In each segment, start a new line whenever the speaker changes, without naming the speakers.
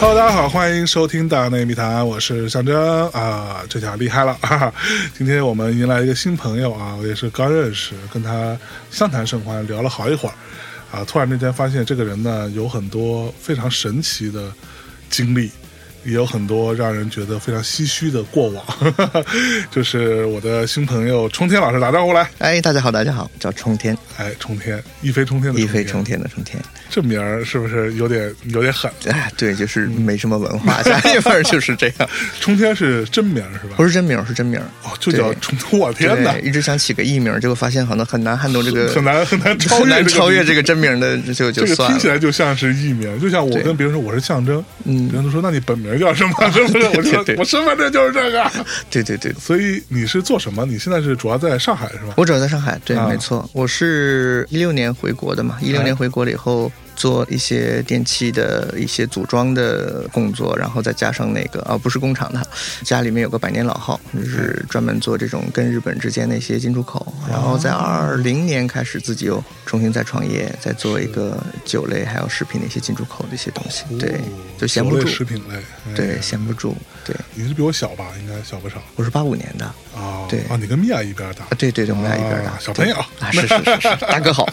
Hello，大家好，欢迎收听《大内密谈》，我是象征啊，这下厉害了哈哈！今天我们迎来一个新朋友啊，我也是刚认识，跟他相谈甚欢，聊了好一会儿啊，突然之间发现这个人呢，有很多非常神奇的经历。也有很多让人觉得非常唏嘘的过往， 就是我的新朋友冲天老师打招呼来，
哎，大家好，大家好，叫冲天，
哎，冲天，一飞冲天的
一飞
冲
冲
天，
天的冲天。
这名儿是不是有点有点狠？
哎，对，就是没什么文化，家里边就是这样，
冲天是真名儿是吧
不？是真名，是真名。
哦，就叫
对
冲天，我 天哪
对，，一直想起个艺名，结果发现好像很难撼动这个，
很难很 难超
很
越
难超越
这
这个真名的，就就
名字。这个
算
听
了
起。来就像是艺名，就像我
对
跟别人说我是象征，
嗯
别人都说那你本名叫 什么？ 是不是？我就说
对对
我身份证就是这个。
对对对，
所以你是做什么？你现在是主要在上海是吧？
我主要在上海，对，
啊
没错，我是一六年回国的嘛，一六
哎
年回国了以后。做一些电器的一些组装的工作，然后再加上那个啊，不是工厂的，家里面有个百年老号，就是
嗯
专门做这种跟日本之间的一些进出口。
啊
然后在二零年开始自己又重新再创业，再做一个酒类还有食品的一些进出口的一些东西。对
哦，
就闲不
酒类
住，
食品类，哎
对，闲不住。对，
你是比我小吧？应该小不少
我是八五年的啊，
啊。
对
啊，你跟米娅一边大。
对对对，我们俩一边
啊
的
小朋友
啊，是是是是，大 哥好。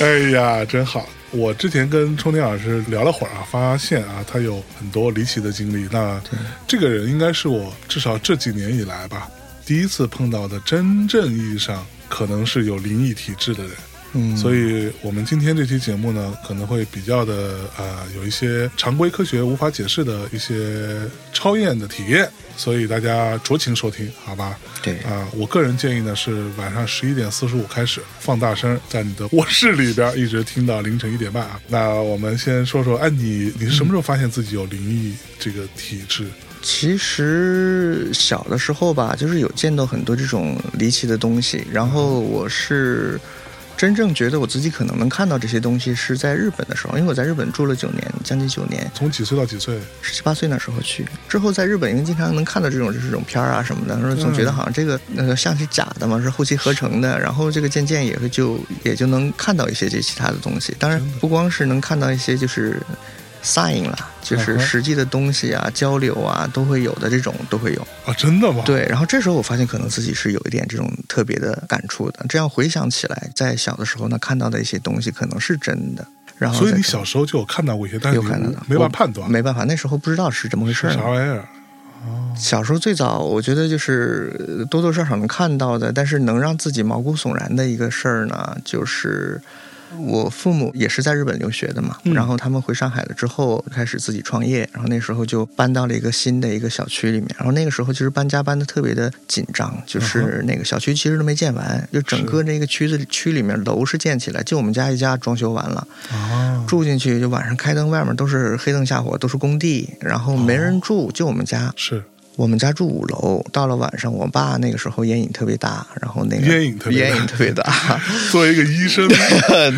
哎呀，真好！我之前跟冲天老师聊了会儿啊，发现啊，他有很多离奇的经历。那这个人应该是我至少这几年以来吧，第一次碰到的真正意义上可能是有灵异体质的人。
嗯，
所以我们今天这期节目呢，可能会比较的呃，有一些常规科学无法解释的一些超验的体验，所以大家酌情收听，好吧？
对
啊、我个人建议呢是晚上十一点四十五开始放大声，在你的卧室里边一直听到凌晨一点半啊。那我们先说说，哎，你你什么时候发现自己有灵异这个体质？
其实小的时候吧，就是有见到很多这种离奇的东西，然后我是真正觉得我自己可能能看到这些东西是在日本的时候，因为我在日本住了九年，将近九年，
从几岁到几岁？
十七八岁那时候去，之后在日本因为经常能看到这种就是这种片儿啊什么的，然后总觉
嗯
得好像这个呃像是假的嘛，是后期合成的，然后这个渐渐也会就也就能看到一些这其他的东西，当然
真的
不光是能看到一些就是 sign 啦，就
嗯
是
哼
实际的东西啊、交流啊都会有的这种都会有。
啊，真的吗？，
对，然后这时候我发现可能自己是有一点这种特别的感触的。这样回想起来，在小的时候呢看到的一些东西可能是真的，然后
所以
再
你
看
小时候就有看到过一些，但是
有
你
看到的，
没法
我
判断，
没办法，那时候不知道是怎么回事
是
儿
啥
嘛。
玩意儿。
小时候最早，我觉得就是呃多多少少能看到的，但是能让自己毛骨悚然的一个事儿呢，就是我父母也是在日本留学的嘛，
嗯
然后他们回上海了之后，开始自己创业，然后那时候就搬到了一个新的一个小区里面，然后那个时候其实搬家搬的特别的紧张，就是那个小区其实都没建完，就整个那个区子区里面楼是建起来，就我们家一家装修完了，
啊，
住进去就晚上开灯，外面都是黑灯瞎火，都是工地，然后没人住，就我们家。
是
我们家住五楼，到了晚上，我爸那个时候烟瘾特别大，然后那个
烟瘾特别大
烟瘾特别 大，
作为一个 医生，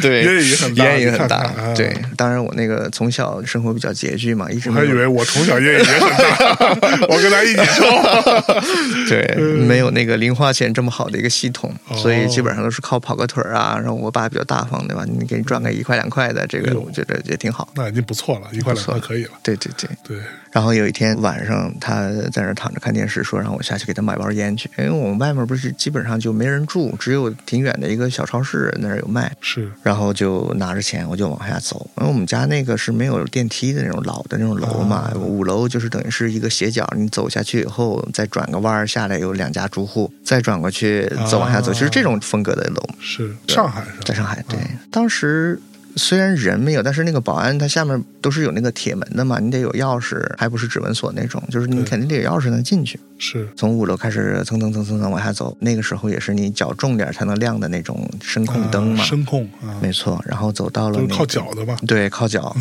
对，
烟瘾很大
烟瘾很大，
你看看啊
对。当然，我那个从小生活比较拮据嘛，一直
我
没
还
有
以为我从小烟瘾也很 大，我跟他一起抽。
对、没有那个零花钱这么好的一个系统，
哦
所以基本上都是靠跑个腿儿啊。然后我爸比较大方，对吧？你给你赚个一块两块的，这
哎
个
呦
我觉得也挺好。
那已经不错了，一块两块
不错
可以了。
对对对，
对，
然后有一天晚上，他在那儿躺着看电视，说让我下去给他买包烟去，因为我们外面不是基本上就没人住，只有挺远的一个小超市那儿有卖。
是
然后就拿着钱，我就往下走。因为我们家那个是没有电梯的那种老的那种楼嘛，五楼就是等于是一个斜角，你走下去以后再转个弯儿下来有两家住户，再转过去
啊
再往下走，就是这种风格的楼。
是，上海是吧？
在上海，对，
嗯
当时虽然人没有，但是那个保安他下面都是有那个铁门的嘛，你得有钥匙，还不是指纹锁那种，就是你
对
肯定得有钥匙能进去。
是
从五楼开始蹭蹭蹭蹭蹭往下走，那个时候也是你脚重点儿才能亮的那种声控灯嘛
啊，声控啊，
没错。然后走到了、
都
那
是
个、
靠脚的嘛，
对，靠脚，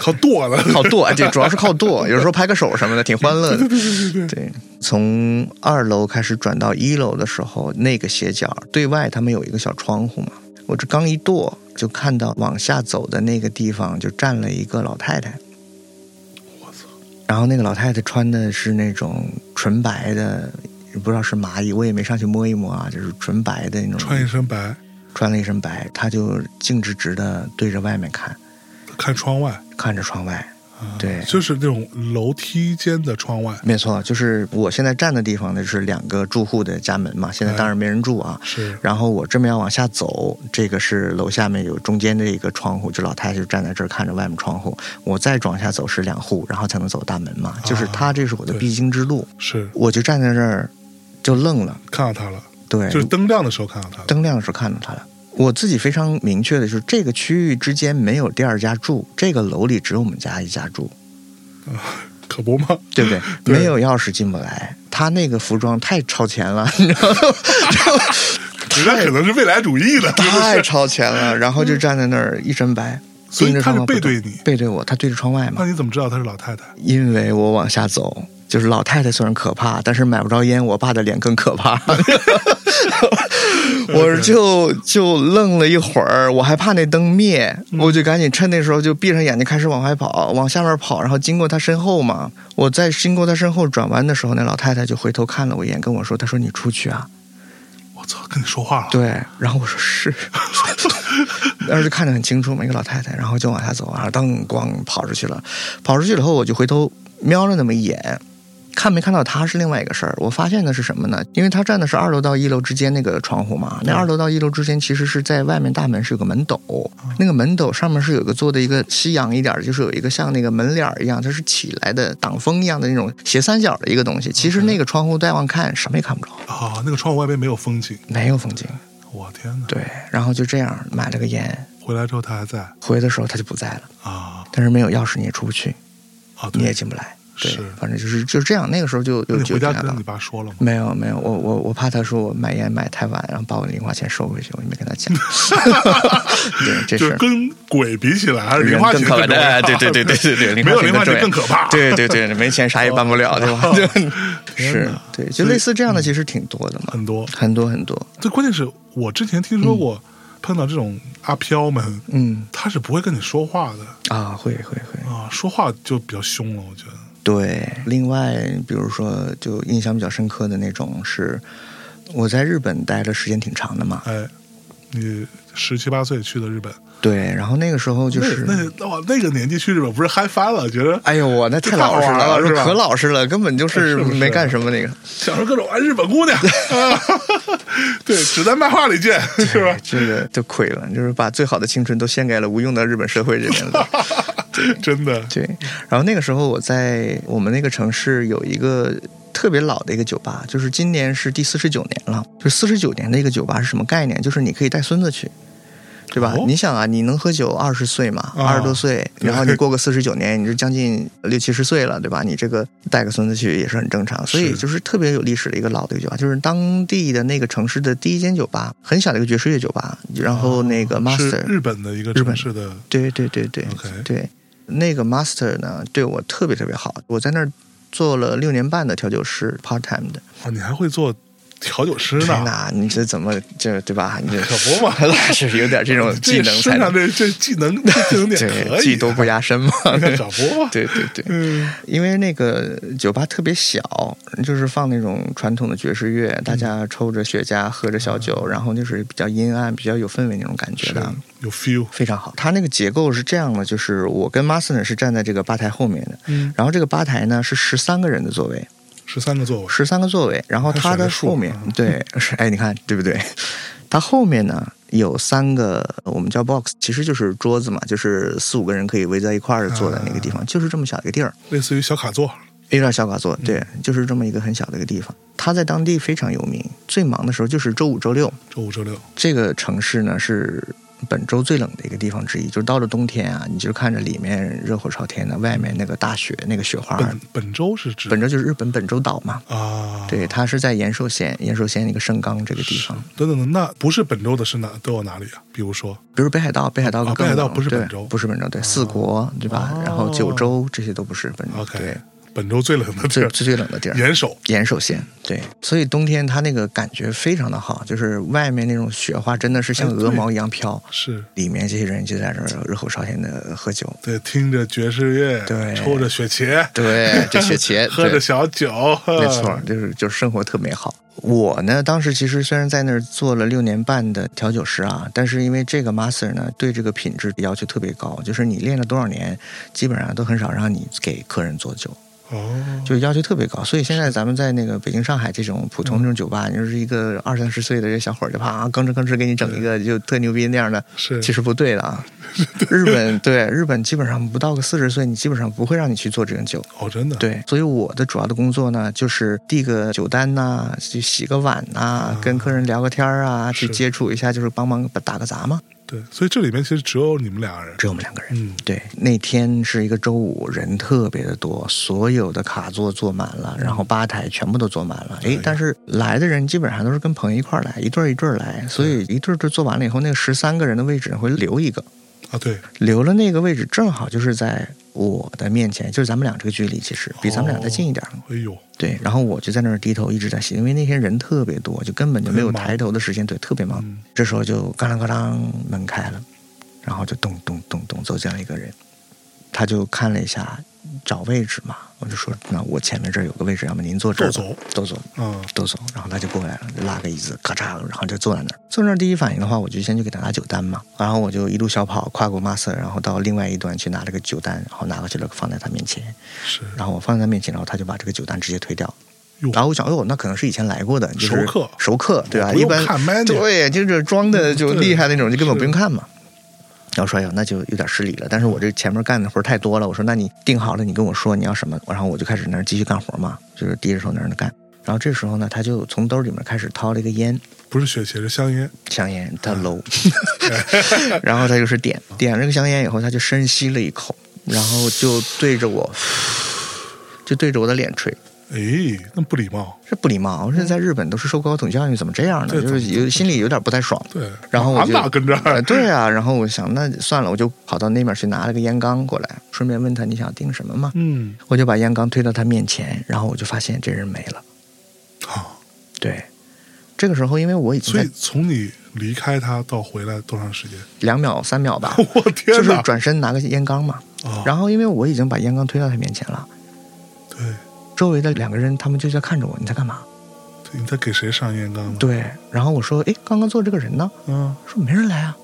靠 跺的。
靠跺，对，主要是靠跺，有时候拍个手什么的，挺欢乐的。对，从二楼开始转到一楼的时候，那个斜角对外他们有一个小窗户嘛，我这刚一跺，就看到往下走的那个地方就站了一个老太太，
我操，
然后那个老太太穿的是那种纯白的，也不知道是麻衣，我也没上去摸一摸啊，就是纯白的那种，
穿一身白，
穿了一身白，她就径直直的对着外面看，
看窗外，
看着窗外。
啊
对
就是那种楼梯间的窗外，
没错，就是我现在站的地方呢是两个住户的家门嘛，现在当然没人住啊。
是
然后我这么要往下走，这个是楼下面有中间的一个窗户，就老太太就站在这儿看着外面窗户。我再往下走是两户，然后才能走大门嘛，就是它这是我的
对
必经之路。
是，
我就站在这儿，就愣了。
看到他了，
对，
就是灯亮的时候看到他了，
灯亮的时候看到他了。我自己非常明确的就是，这个区域之间没有第二家住，这个楼里只有我们家一家住。
可不嘛，
对不对？
对
没有钥匙进不来，他那个服装太超前了，你知道吗？
人家可能是未来主义 的，真的
太
是
超前了。然后就站在那儿一身白，
所
盯
以
着
他
窗
是
户
背
不动
对你，
背对我，他对着窗外
那
嘛。
你怎么知道她是老太太？
因为我往下走，就是老太太虽然可怕，但是买不着烟，我爸的脸更可 怕。我就就愣了一会儿，我还怕那灯灭，
嗯
我就赶紧趁那时候就闭上眼睛开始往外跑，往下面跑，然后经过他身后嘛。我在经过他身后转弯的时候，那老太太就回头看了我一眼，跟我说：“她说你出去啊。”
我操，跟你说话了，
对，然后我说是，当时看得很清楚嘛，一个老太太，然后就往下走啊，噔咣跑出去了，跑出去了后，我就回头瞄了那么一眼。看没看到她是另外一个事儿，我发现的是什么呢？因为她站的是二楼到一楼之间那个窗户嘛，那
嗯
二楼到一楼之间其实是在外面大门是有个门斗，那个门斗上面是有一个做的一个西洋一点儿，就是有一个像那个门帘儿一样，它是起来的挡风一样的那种斜三角的一个东西。其实那个窗户再往看什么也看不着，
啊，那个窗户外边没有风景，
没有风景。
我天哪！
对，然后就这样买了个烟，
回来之后他还在
回的时候他就不在了，
啊
但是没有钥匙你也出不去，
啊，
你也
对，
进不来。对
是，
反正就是就是这样。那个时候就就
那你
就
回家
这样
跟
了
你爸说了吗？
没有没有，我我我怕他说我买烟买太晚，然后把我零花钱收回去，我就没跟他讲。 对，这
就是
事。
跟鬼比起来，还是零
人
花钱
更可
重
怕，
要
哎对对对对对对，对
没有零花
更
钱
重
更
要
可怕。
对对对，没钱啥也办不了，对吧？就
天
是
哪，嗯
对，就类似这样的其实挺多的嘛，
很多。
很多很多。
最关键是我之前听说过，碰到这种阿飘们，
嗯
他是不会跟你说话的
啊，会会会。
啊，说话就比较凶了，我觉得。
对，另外比如说，就印象比较深刻的那种是，我在日本待的时间挺长的嘛。
哎，你十七八岁去的日本，
对，然后那个时候就是，
那那哇那个年纪去日本不是嗨翻了，觉得
哎呦我那太老实
太好玩了是吧哎
可老实了，根本就是
是不是
没干什么那个，
享受各种哎日本姑娘，啊、 对，只在漫画里见，是吧
哎？这个就亏了，就是把最好的青春都献给了无用的日本社会这边了。
真的
对，然后那个时候我在我们那个城市有一个特别老的一个酒吧，就是今年是第四十九年了。就四十九年的一个酒吧是什么概念？就是你可以带孙子去。对吧？
哦
你想啊，你能喝酒二十岁嘛，
啊
二十多岁，
对
然后你过个四十九年，你就将近六七十岁了，对吧？你这个带个孙子去也是很正常，所以
是
就是特别有历史的一个老的一个酒吧，就是当地的那个城市的第一间酒吧，很小的一个爵士乐酒吧，然后那个
哦是
master
日本的一个城市的
对对对对
OK
对，那个 master 呢对我特别特别好，我在那儿做了六年半的调酒师，part time 的。
啊，你还会做调酒师
天
呢？
哪，你这怎么这对吧？你这
啊可 不嘛，
那是有点这种技
这
能
身
才
上
能
这这技 能这技能点可
对
以，啊
技多不压身 嘛。
可不嘛？
对对对，
嗯，
因为那个酒吧特别小，就是放那种传统的爵士乐，大
嗯
家抽着雪茄，喝着小酒，然后就是比较阴暗、比较有氛围那种感觉
啊是
的。
有 feel，
非常好。它那个结构是这样的，就是我跟 Master 是站在这个吧台后面的，
嗯，
然后这个吧台呢是十三个人的座位，
十三个座位，
十三个座位，然后它的后面
还选
对是哎，你看对不对？它后面呢有三个我们叫 box，其实就是桌子嘛，就是四五个人可以围在一块儿坐在那个地
啊
方，就是这么小一个地儿。
类似于小卡座，
有点小卡座，对，
嗯
就是这么一个很小的一个地方。它在当地非常有名，最忙的时候就是周五、周六，
周五周六，
这个城市呢是本州最冷的一个地方之一，就是到了冬天啊，你就看着里面热火朝天的，外面那个大雪那个雪花。
本本周是指
啊本州就是日本本州岛嘛，
啊，
对，它是在延寿县，延寿县那个盛冈这个地
是
方。
等等等，那不是本周的是哪都有哪里啊？比如说
比如北海道，北海道
啊
更冷
北海道不是
对
本州
不是本州，对，四国对吧？
哦
然后九州这些都不是本州，
OK
对，
本州最冷的地
最
儿，
最最冷的地儿。
岩手。
岩手县，对，所以冬天它那个感觉非常的好，就是外面那种雪花真的是像
哎对
鹅毛一样飘，
是
里面这些人就在这儿热火朝天的喝 酒，
对，听着爵士乐，
对
抽着雪茄，
对，就雪茄，
喝着
对
小酒，
没
呃
错，就是就是生活特美好。我呢，当时其实虽然在那儿做了六年半的调酒师啊，但是因为这个 master 呢，对这个品质要求特别高，就是你练了多少年，基本上都很少让你给客人做酒，
哦，
就要求特别高。所以现在咱们在那个北京、上海这种普通这种酒吧，你就是一个二三十岁的这小伙儿，就啪吭哧吭哧给你整一个就特牛逼那样的，
是
其实不对的啊。日本对日本基本上不到个四十岁，你基本上不会让你去做这种酒。
哦，真的，，
对，所以我的主要的工作呢，就是递个酒单呐、去洗个碗呐、跟客人聊个天儿啊，去
啊是
接触一下，就是帮忙打个杂嘛。
对，所以这里面其实只有你们俩人，
只有我们两个人。
嗯，
对，那天是一个周五，人特别的多，所有的卡座坐满了，然后吧台全部都坐满了。
嗯哎
哎
呀，
但是来的人基本上都是跟朋友一块儿来，一对儿一对儿来，所以一对儿对坐完了以后，那个十三个人的位置会留一个，
啊，对，
留了那个位置正好就是在我的面前，就是咱们俩这个距离，其实比咱们俩再近一点儿。
哎呦，
对，然后我就在那儿低头一直在写，因为那天人特别多，就根本就没有
特别忙
抬头的时间，对，特别忙。
嗯
这时候就嘎啷嘎啷门开了，然后就咚咚咚咚走进来一个人，他就看了一下找位置嘛，我就说那我前面这儿有个位置，要么您坐这儿吧
都走，
都走，
啊，
都走。然后他就过来了，就拉个椅子，咔嚓，然后就坐在那儿。坐那儿第一反应的话，我就先去给他拿酒单嘛，然后我就一路小跑跨过 master，然后到另外一端去拿了个酒单，然后拿过去了放在他面前。
是
然后我放在他面前，然后他就把这个酒单直接推掉
哟。
然后我想，哦，那可能是以前来过的，就是
熟客
熟客，对吧？
不用
一般
看 menu
对，就是装的就
对
厉害那种，就根本
是
不用看嘛。然后说，哎呦，那就有点失礼了。但是我这前面干的活儿太多了，我说，那你定好了，你跟我说你要什么，然后我就开始那儿继续干活嘛，就是低着头那儿干。然后这时候呢，他就从兜里面开始掏了一个烟，
不是雪茄，是香烟，
香烟，他搂， 然后他就是点点了这个香烟以后，他就深吸了一口，然后就对着我，就对着我的脸吹。
哎，那不礼貌，
这不礼貌，我说在日本都是受高等教育，怎么这样呢？
对
就是有心里有点不太爽。
对，
然后我
俺
就
爸跟这
呃
儿，
对啊，然后我想那算了，我就跑到那边去拿了个烟缸过来，顺便问他你想订什么吗？
嗯，
我就把烟缸推到他面前，然后我就发现这人没了。
好，
对，这个时候因为我已经
所以
在
从你离开他到回来多长时间？，
两秒三秒吧
我天
就是
哪，
转身拿个烟缸嘛。
啊，
然后因为我已经把烟缸推到他面前了，
对，
周围的两个人他们就在看着我，你在干嘛？
对你在给谁上烟缸呢？
对，然后我说，哎，刚刚坐这个人呢？
啊，
说没人来啊。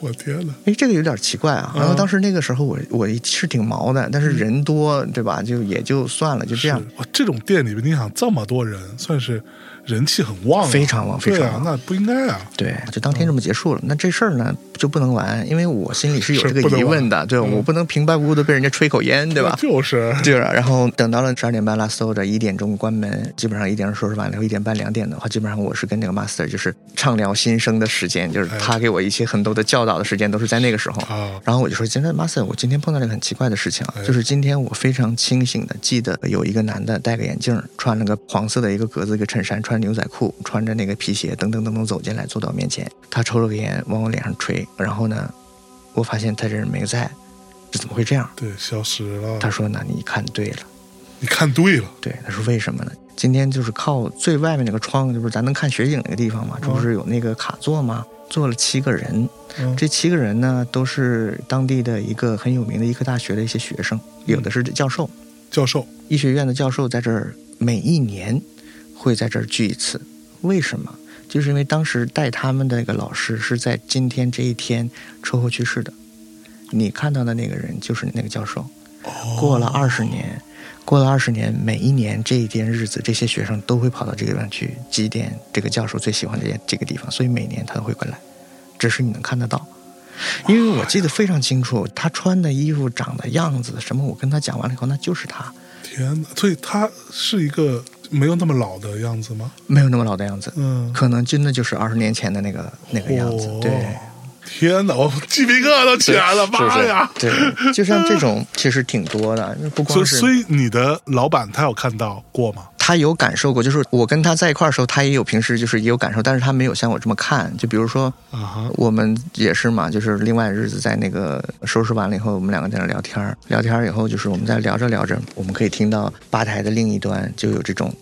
我天哪，
哎，这个有点奇怪啊。
嗯
然后当时那个时候我我是挺毛的，但是人多对吧？就也就算了，就这样
是。哇，这种店里面，你想这么多人，算是人气很旺啊，
非常旺非
对
常
啊
旺，
那不应该啊，
对，就当天这么结束了。那这事儿呢就不能完，因为我心里是有
嗯是
这个
不能
疑问的，对，
嗯
我不能平白无故的被人家吹口烟， 对吧？
就是，
对啊，然后等到了十二点半 last order，一点钟关门，基本上一点钟收拾完了以后，一点半两点的话，基本上我是跟那个 master 就是畅聊心声的时间，就是
哎
他给我一些很多的教导的时间，都是在那个时候。
啊，
然后我就说，今天 master，我今天碰到了一个很奇怪的事情啊
哎，
就是今天我非常清醒的记得有一个男的戴个眼镜，穿了个黄色的一个格子一个衬衫，穿牛仔裤，穿着那个皮鞋，噔噔噔噔走进来，坐到我面前，他抽了个烟往我脸上吹，然后呢，我发现他这人没在，这怎么会这样？
对，消失了。
他说呢，你看对了。
你看对了，
对，他说为什么呢？今天就是靠最外面那个窗，就是咱能看雪景那个地方嘛，这不是有那个卡座吗？坐了七个人，
嗯、
这七个人呢都是当地的一个很有名的医科大学的一些学生，有的是教授，
教授
医学院的教授在这儿每一年会在这儿聚一次，为什么？就是因为当时带他们的那个老师是在今天这一天车祸去世的，你看到的那个人就是那个教授。
哦
过了二十年，过了二十年，每一年这一天日子，这些学生都会跑到这个地方去祭奠这个教授最喜欢的这这个地方，所以每年他都会过来，只是你能看得到。因为我记得非常清楚，他穿的衣服、长的样子什么，我跟他讲完了以后，那就是他，
天哪！所以他是一个没有那么老的样子吗？
没有那么老的样子，
嗯，
可能真的就是二十年前的那个那个样子。
哦
对，
天哪，我鸡皮疙瘩都起来了，妈呀！
对，就像这种其实挺多的，不
所
光
以，
是
所以你的老板他有看到过吗？
他有感受过，就是我跟他在一块儿的时候，他也有平时就是也有感受，但是他没有像我这么看。就比如说，
啊哈，
我们也是嘛，就是另外日子在那个收拾完了以后，我们两个在那聊天儿，聊天儿以后就是我们在聊着聊着，我们可以听到吧台的另一端就有这种，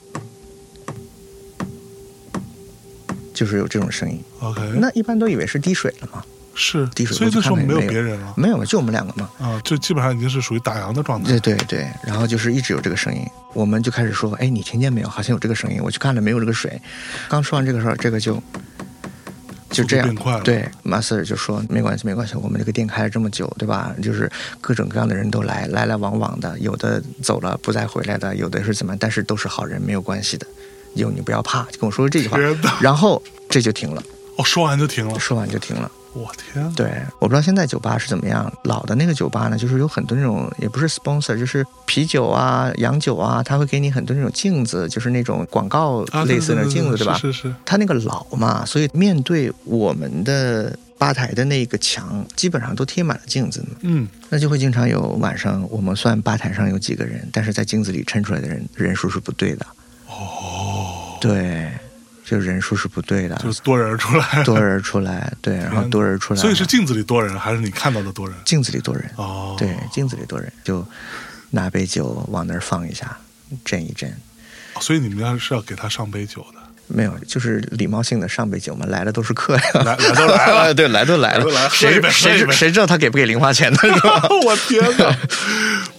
就是有这种声音。
啊，OK，
那一般都以为是滴水了嘛，
是，
滴水
所以
我就
那时候
看
没
那
有
个
别人了
没有，就我们两个嘛。
啊，就基本上已经是属于打烊的状态
对对对，然后就是一直有这个声音，我们就开始说，哎，你听见没有？好像有这个声音，我去看了，没有这个水。刚说完这个事儿，这个就就这
速度
样
变快了，
对，马斯尔就说没关系，没关系，我们这个店开了这么久，对吧？就是各种各样的人都来，来来往往的，有的走了不再回来的，有的是怎么样，但是都是好人，没有关系的。有你不要怕，就跟我说这句话
天哪，
然后这就停了，
哦，说完就停了，
说完就停了。
我天，
对，我不知道现在酒吧是怎么样。老的那个酒吧呢，就是有很多那种也不是 sponsor，就是啤酒啊、洋酒啊，他会给你很多那种镜子，就是那种广告
啊，对
类似的那种
对对
镜子，
对
吧？
是是是，
他那个老嘛，所以面对我们的吧台的那个墙，基本上都贴满了镜子，
嗯，
那就会经常有晚上我们算吧台上有几个人，但是在镜子里称出来的人人数是不对的。哦，对，就人数是不对的，
就是多人出来，
多人出来，对，然后多人出来，
所以是镜子里多人，还是你看到的多人？
镜子里多人。
哦，
对，镜子里多人，就拿杯酒往那儿放一下，震一震。
哦，所以你们要是要给他上杯酒 的，
没有，就是礼貌性的上杯酒嘛，来的都是客呀，
来来都来 了
对，来都来
来
了，
都来了喝一
谁
杯喝一
谁知
杯
谁知道他给不给零花钱 呢？是吧
我天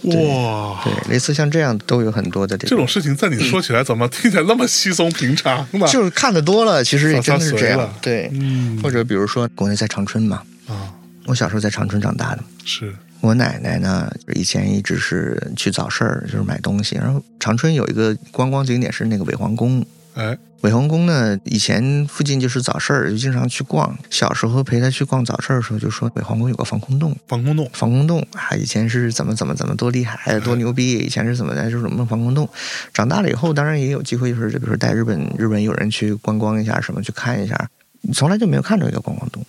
哪，哇！
对，类似像这样都有很多的这
这种事情在你说起来，怎么听起来那么稀松平常呢？
就是看的多了，其实也真的是这
洒洒水
样
了。
对，
嗯
或者比如说国内在长春嘛，
啊，
我小时候在长春长大的，
是
我奶奶呢，以前一直是去早市儿，就是买东西。然后长春有一个观光景点是那个伪皇宫，
哎，
伪皇宫呢，以前附近就是早市儿，就经常去逛。小时候陪他去逛早市儿的时候，就说伪皇宫有个防空洞，
防空洞，
防空洞啊，以前是怎么怎么怎么多厉害，
嗯
多牛逼，以前是怎么的，就是怎么防空洞。长大了以后，当然也有机会，就是比如说带日本日本友人去观光一下，什么去看一下，从来就没有看着一个观光洞，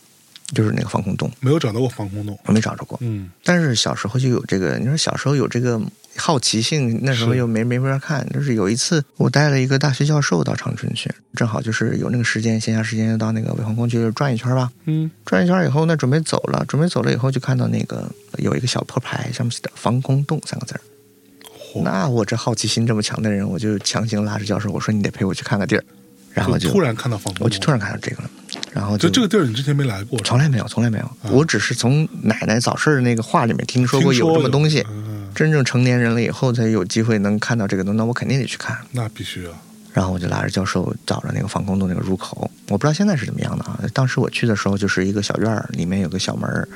就是那个防空洞，
没有找到过防空洞。
我没找着过。
嗯，
但是小时候就有这个，你说小时候有这个好奇性，那时候
是
又没没法看。就是有一次，我带了一个大学教授到长春去，正好就是有那个时间，闲暇时间就到那个伪皇宫去转一圈吧。
嗯，
转一圈以后呢，准备走了，准备走了以后就看到那个有一个小破牌，上面写的“防空洞”三个字儿。
嚯
那我这好奇心这么强的人，我就强行拉着教授，我说你得陪我去看个地儿。然后
就
就
突，然看到防空洞，
我就突然看到这个了，然后
就这个啊地儿你之前没来过，
从来没有，从来没有。我只是从奶奶早市的那个话里面听说过有这么东西。
嗯，
真正成年人了以后才有机会能看到这个东西，那我肯定得去看。
那必须啊，
然后我就拉着教授找着那个防空洞那个入口，我不知道现在是怎么样的啊。当时我去的时候就是一个小院儿，里面有个小门儿，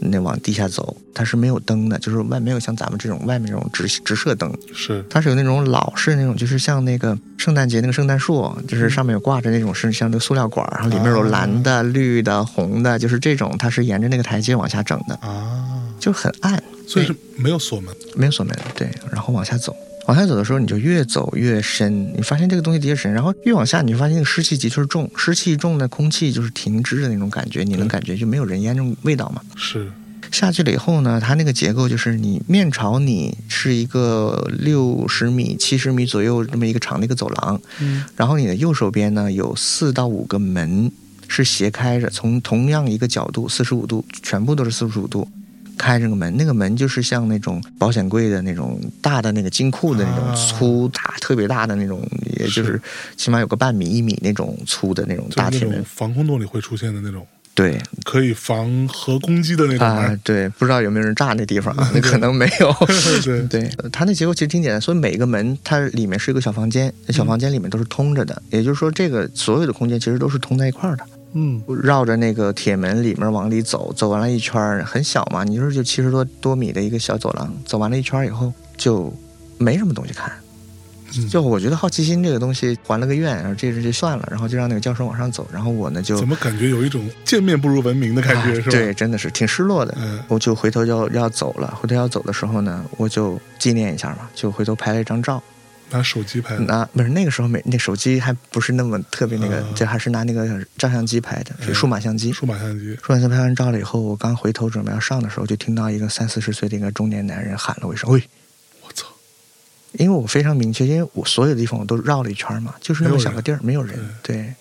那往地下走，它是没有灯的，就是外没有像咱们这种外面这种直直射灯，
是
它是有那种老式那种，就是像那个圣诞节那个圣诞树，就是上面有挂着那种是像那个塑料管儿，然后里面有蓝的、绿的、红的，就是这种，它是沿着那个台阶往下整的，
啊，
就很暗。
所以是没有锁门，
没有锁门，对，然后往下走。往下走的时候，你就越走越深，你发现这个东西的确深，然后越往下，你就发现那个湿气的确重，湿气一重呢，空气就是停滞的那种感觉，你能感觉就没有人烟那种味道嘛。
是
下去了以后呢，它那个结构就是你面朝你是一个六十米、七十米左右这么一个长的一个走廊，
嗯，
然后你的右手边呢有四到五个门是斜开着，从同样一个角度四十五度，全部都是四十五度。开着个门，那个门就是像那种保险柜的那种大的那个金库的那种
啊
粗大、特别大的那种，也就是起码有个半米一米那种粗的那种
就
大
是那
铁门
种。防空洞里会出现的那种
对，
可以防核攻击的那种
啊
门，，
对，不知道有没有人炸那地方啊？那可能没有。
对
对，呃它那结构其实挺简单，所以每个门它里面是一个小房间，小房间里面都是通着的，也就是说，这个所有的空间其实都是通在一块儿的。
嗯，
绕着那个铁门里面往里走，走完了一圈儿，很小嘛，你就是就七十多多米的一个小走廊，走完了一圈儿以后就没什么东西看
嗯。
就我觉得好奇心这个东西还了个愿，然后这事就算了，然后就让那个教授往上走，然后我呢就
嗯 怎么感觉有一种见面不如闻名的感觉，
啊
是吧？
对，真的是挺失落的。
嗯
我就回头要要走了，回头要走的时候呢，我就纪念一下嘛，就回头拍了一张照。
拿手机拍的，
拿不是那个时候没那手机还不是那么特别那个
啊，
这、还是拿那个照相机拍的，
嗯
是数码相机。
数码相机，
说完相拍完照了以后，我刚回头准备要上的时候，就听到一个三四十岁的一个中年男人喊了我一声：“喂
我操！”
因为我非常明确，因为我所有地方我都绕了一圈嘛，就是那么小个地儿，没有人，对。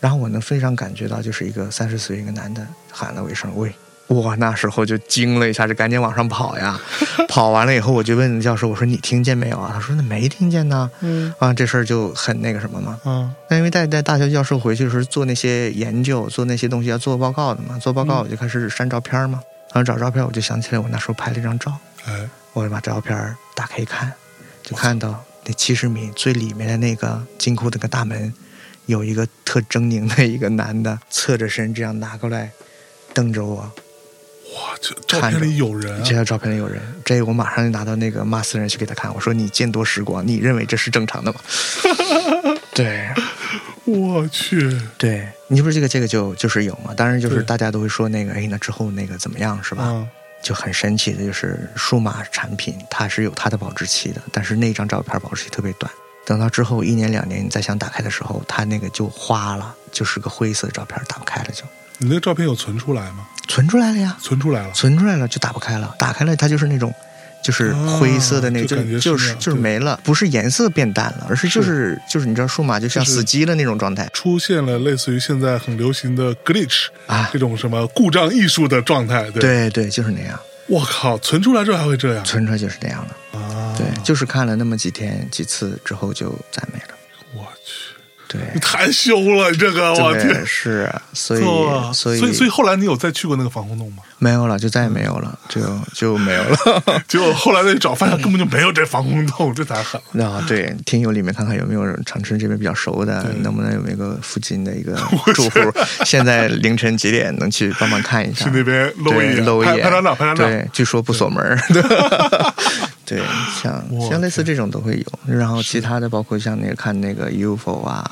然后我能非常感觉到，就是一个三十岁一个男的喊了我一声“喂”，我那时候就惊了一下，就赶紧往上跑 呀。跑完了以后，我就问教授：“我说你听见没有啊？”他说：“那没听见呢。”
嗯
啊，这事儿就很那个什么嘛。
啊
那因为带带大学教授回去的时候做那些研究、做那些东西要做报告的嘛，做报告我就开始删照片嘛，然后找照片我就想起来我那时候拍了一张照，
哎
我就把照片打开一看，就看到那七十米最里面的那个金库那个大门，有一个特狰狞的一个男的侧着身这样拿过来，瞪着我，
哇，这照片里有人、
这
啊，
条照片里有人，这个我马上就拿到那个骂死人去给他看，我说你见多识广，你认为这是正常的吗？ 对。
我去，
对你不是这个这个就就是有嘛，当然就是
对
大家都会说那个，哎，那之后那个怎么样是吧？
啊
就很神奇的就是数码产品它是有它的保质期的，但是那张照片保质期特别短，等到之后一年两年你再想打开的时候，它那个就花了，就是个灰色的照片打不开了就，
你那个照片有存出来吗？
存出来了呀，
存出来了，
存出来了就打不开了，打开了它就是那种。就是灰色的那
啊
个，
就感觉
就是就是就
那样
是
对
没了，不是颜色变淡了，而是就是是就是你知道数码就像
就是
死机了那种状态
出现了类似于现在很流行的 glitch
啊
这，种什么故障艺术的状态，对，
对对，就是那样，
我靠，存出来之后还会这样
存出来就是那样了。
啊？
对，就是看了那么几天几次之后就再没了。
我去，
对，
你太羞了，你这个 我
对，
天，
是啊，所
错
以
所
所
以所以嗯后来你有再去过那个防空洞 吗？
没有了，就再也没有了，就就没 有了。
结果后来再去找，发现根本就没有这防空洞， 这才狠。
那对，听友里面看看有没有长春这边比较熟的
对，
能不能有一个附近的一 个住户，现在凌晨几点能去帮忙看一下？
去那边搂一
对
眼
搂一
拍
眼，
拍张照拍张照
对，据说不锁门儿。 对， 像
我
像类似这种都会有，然后其他的包括像那个看那个 UFO 啊，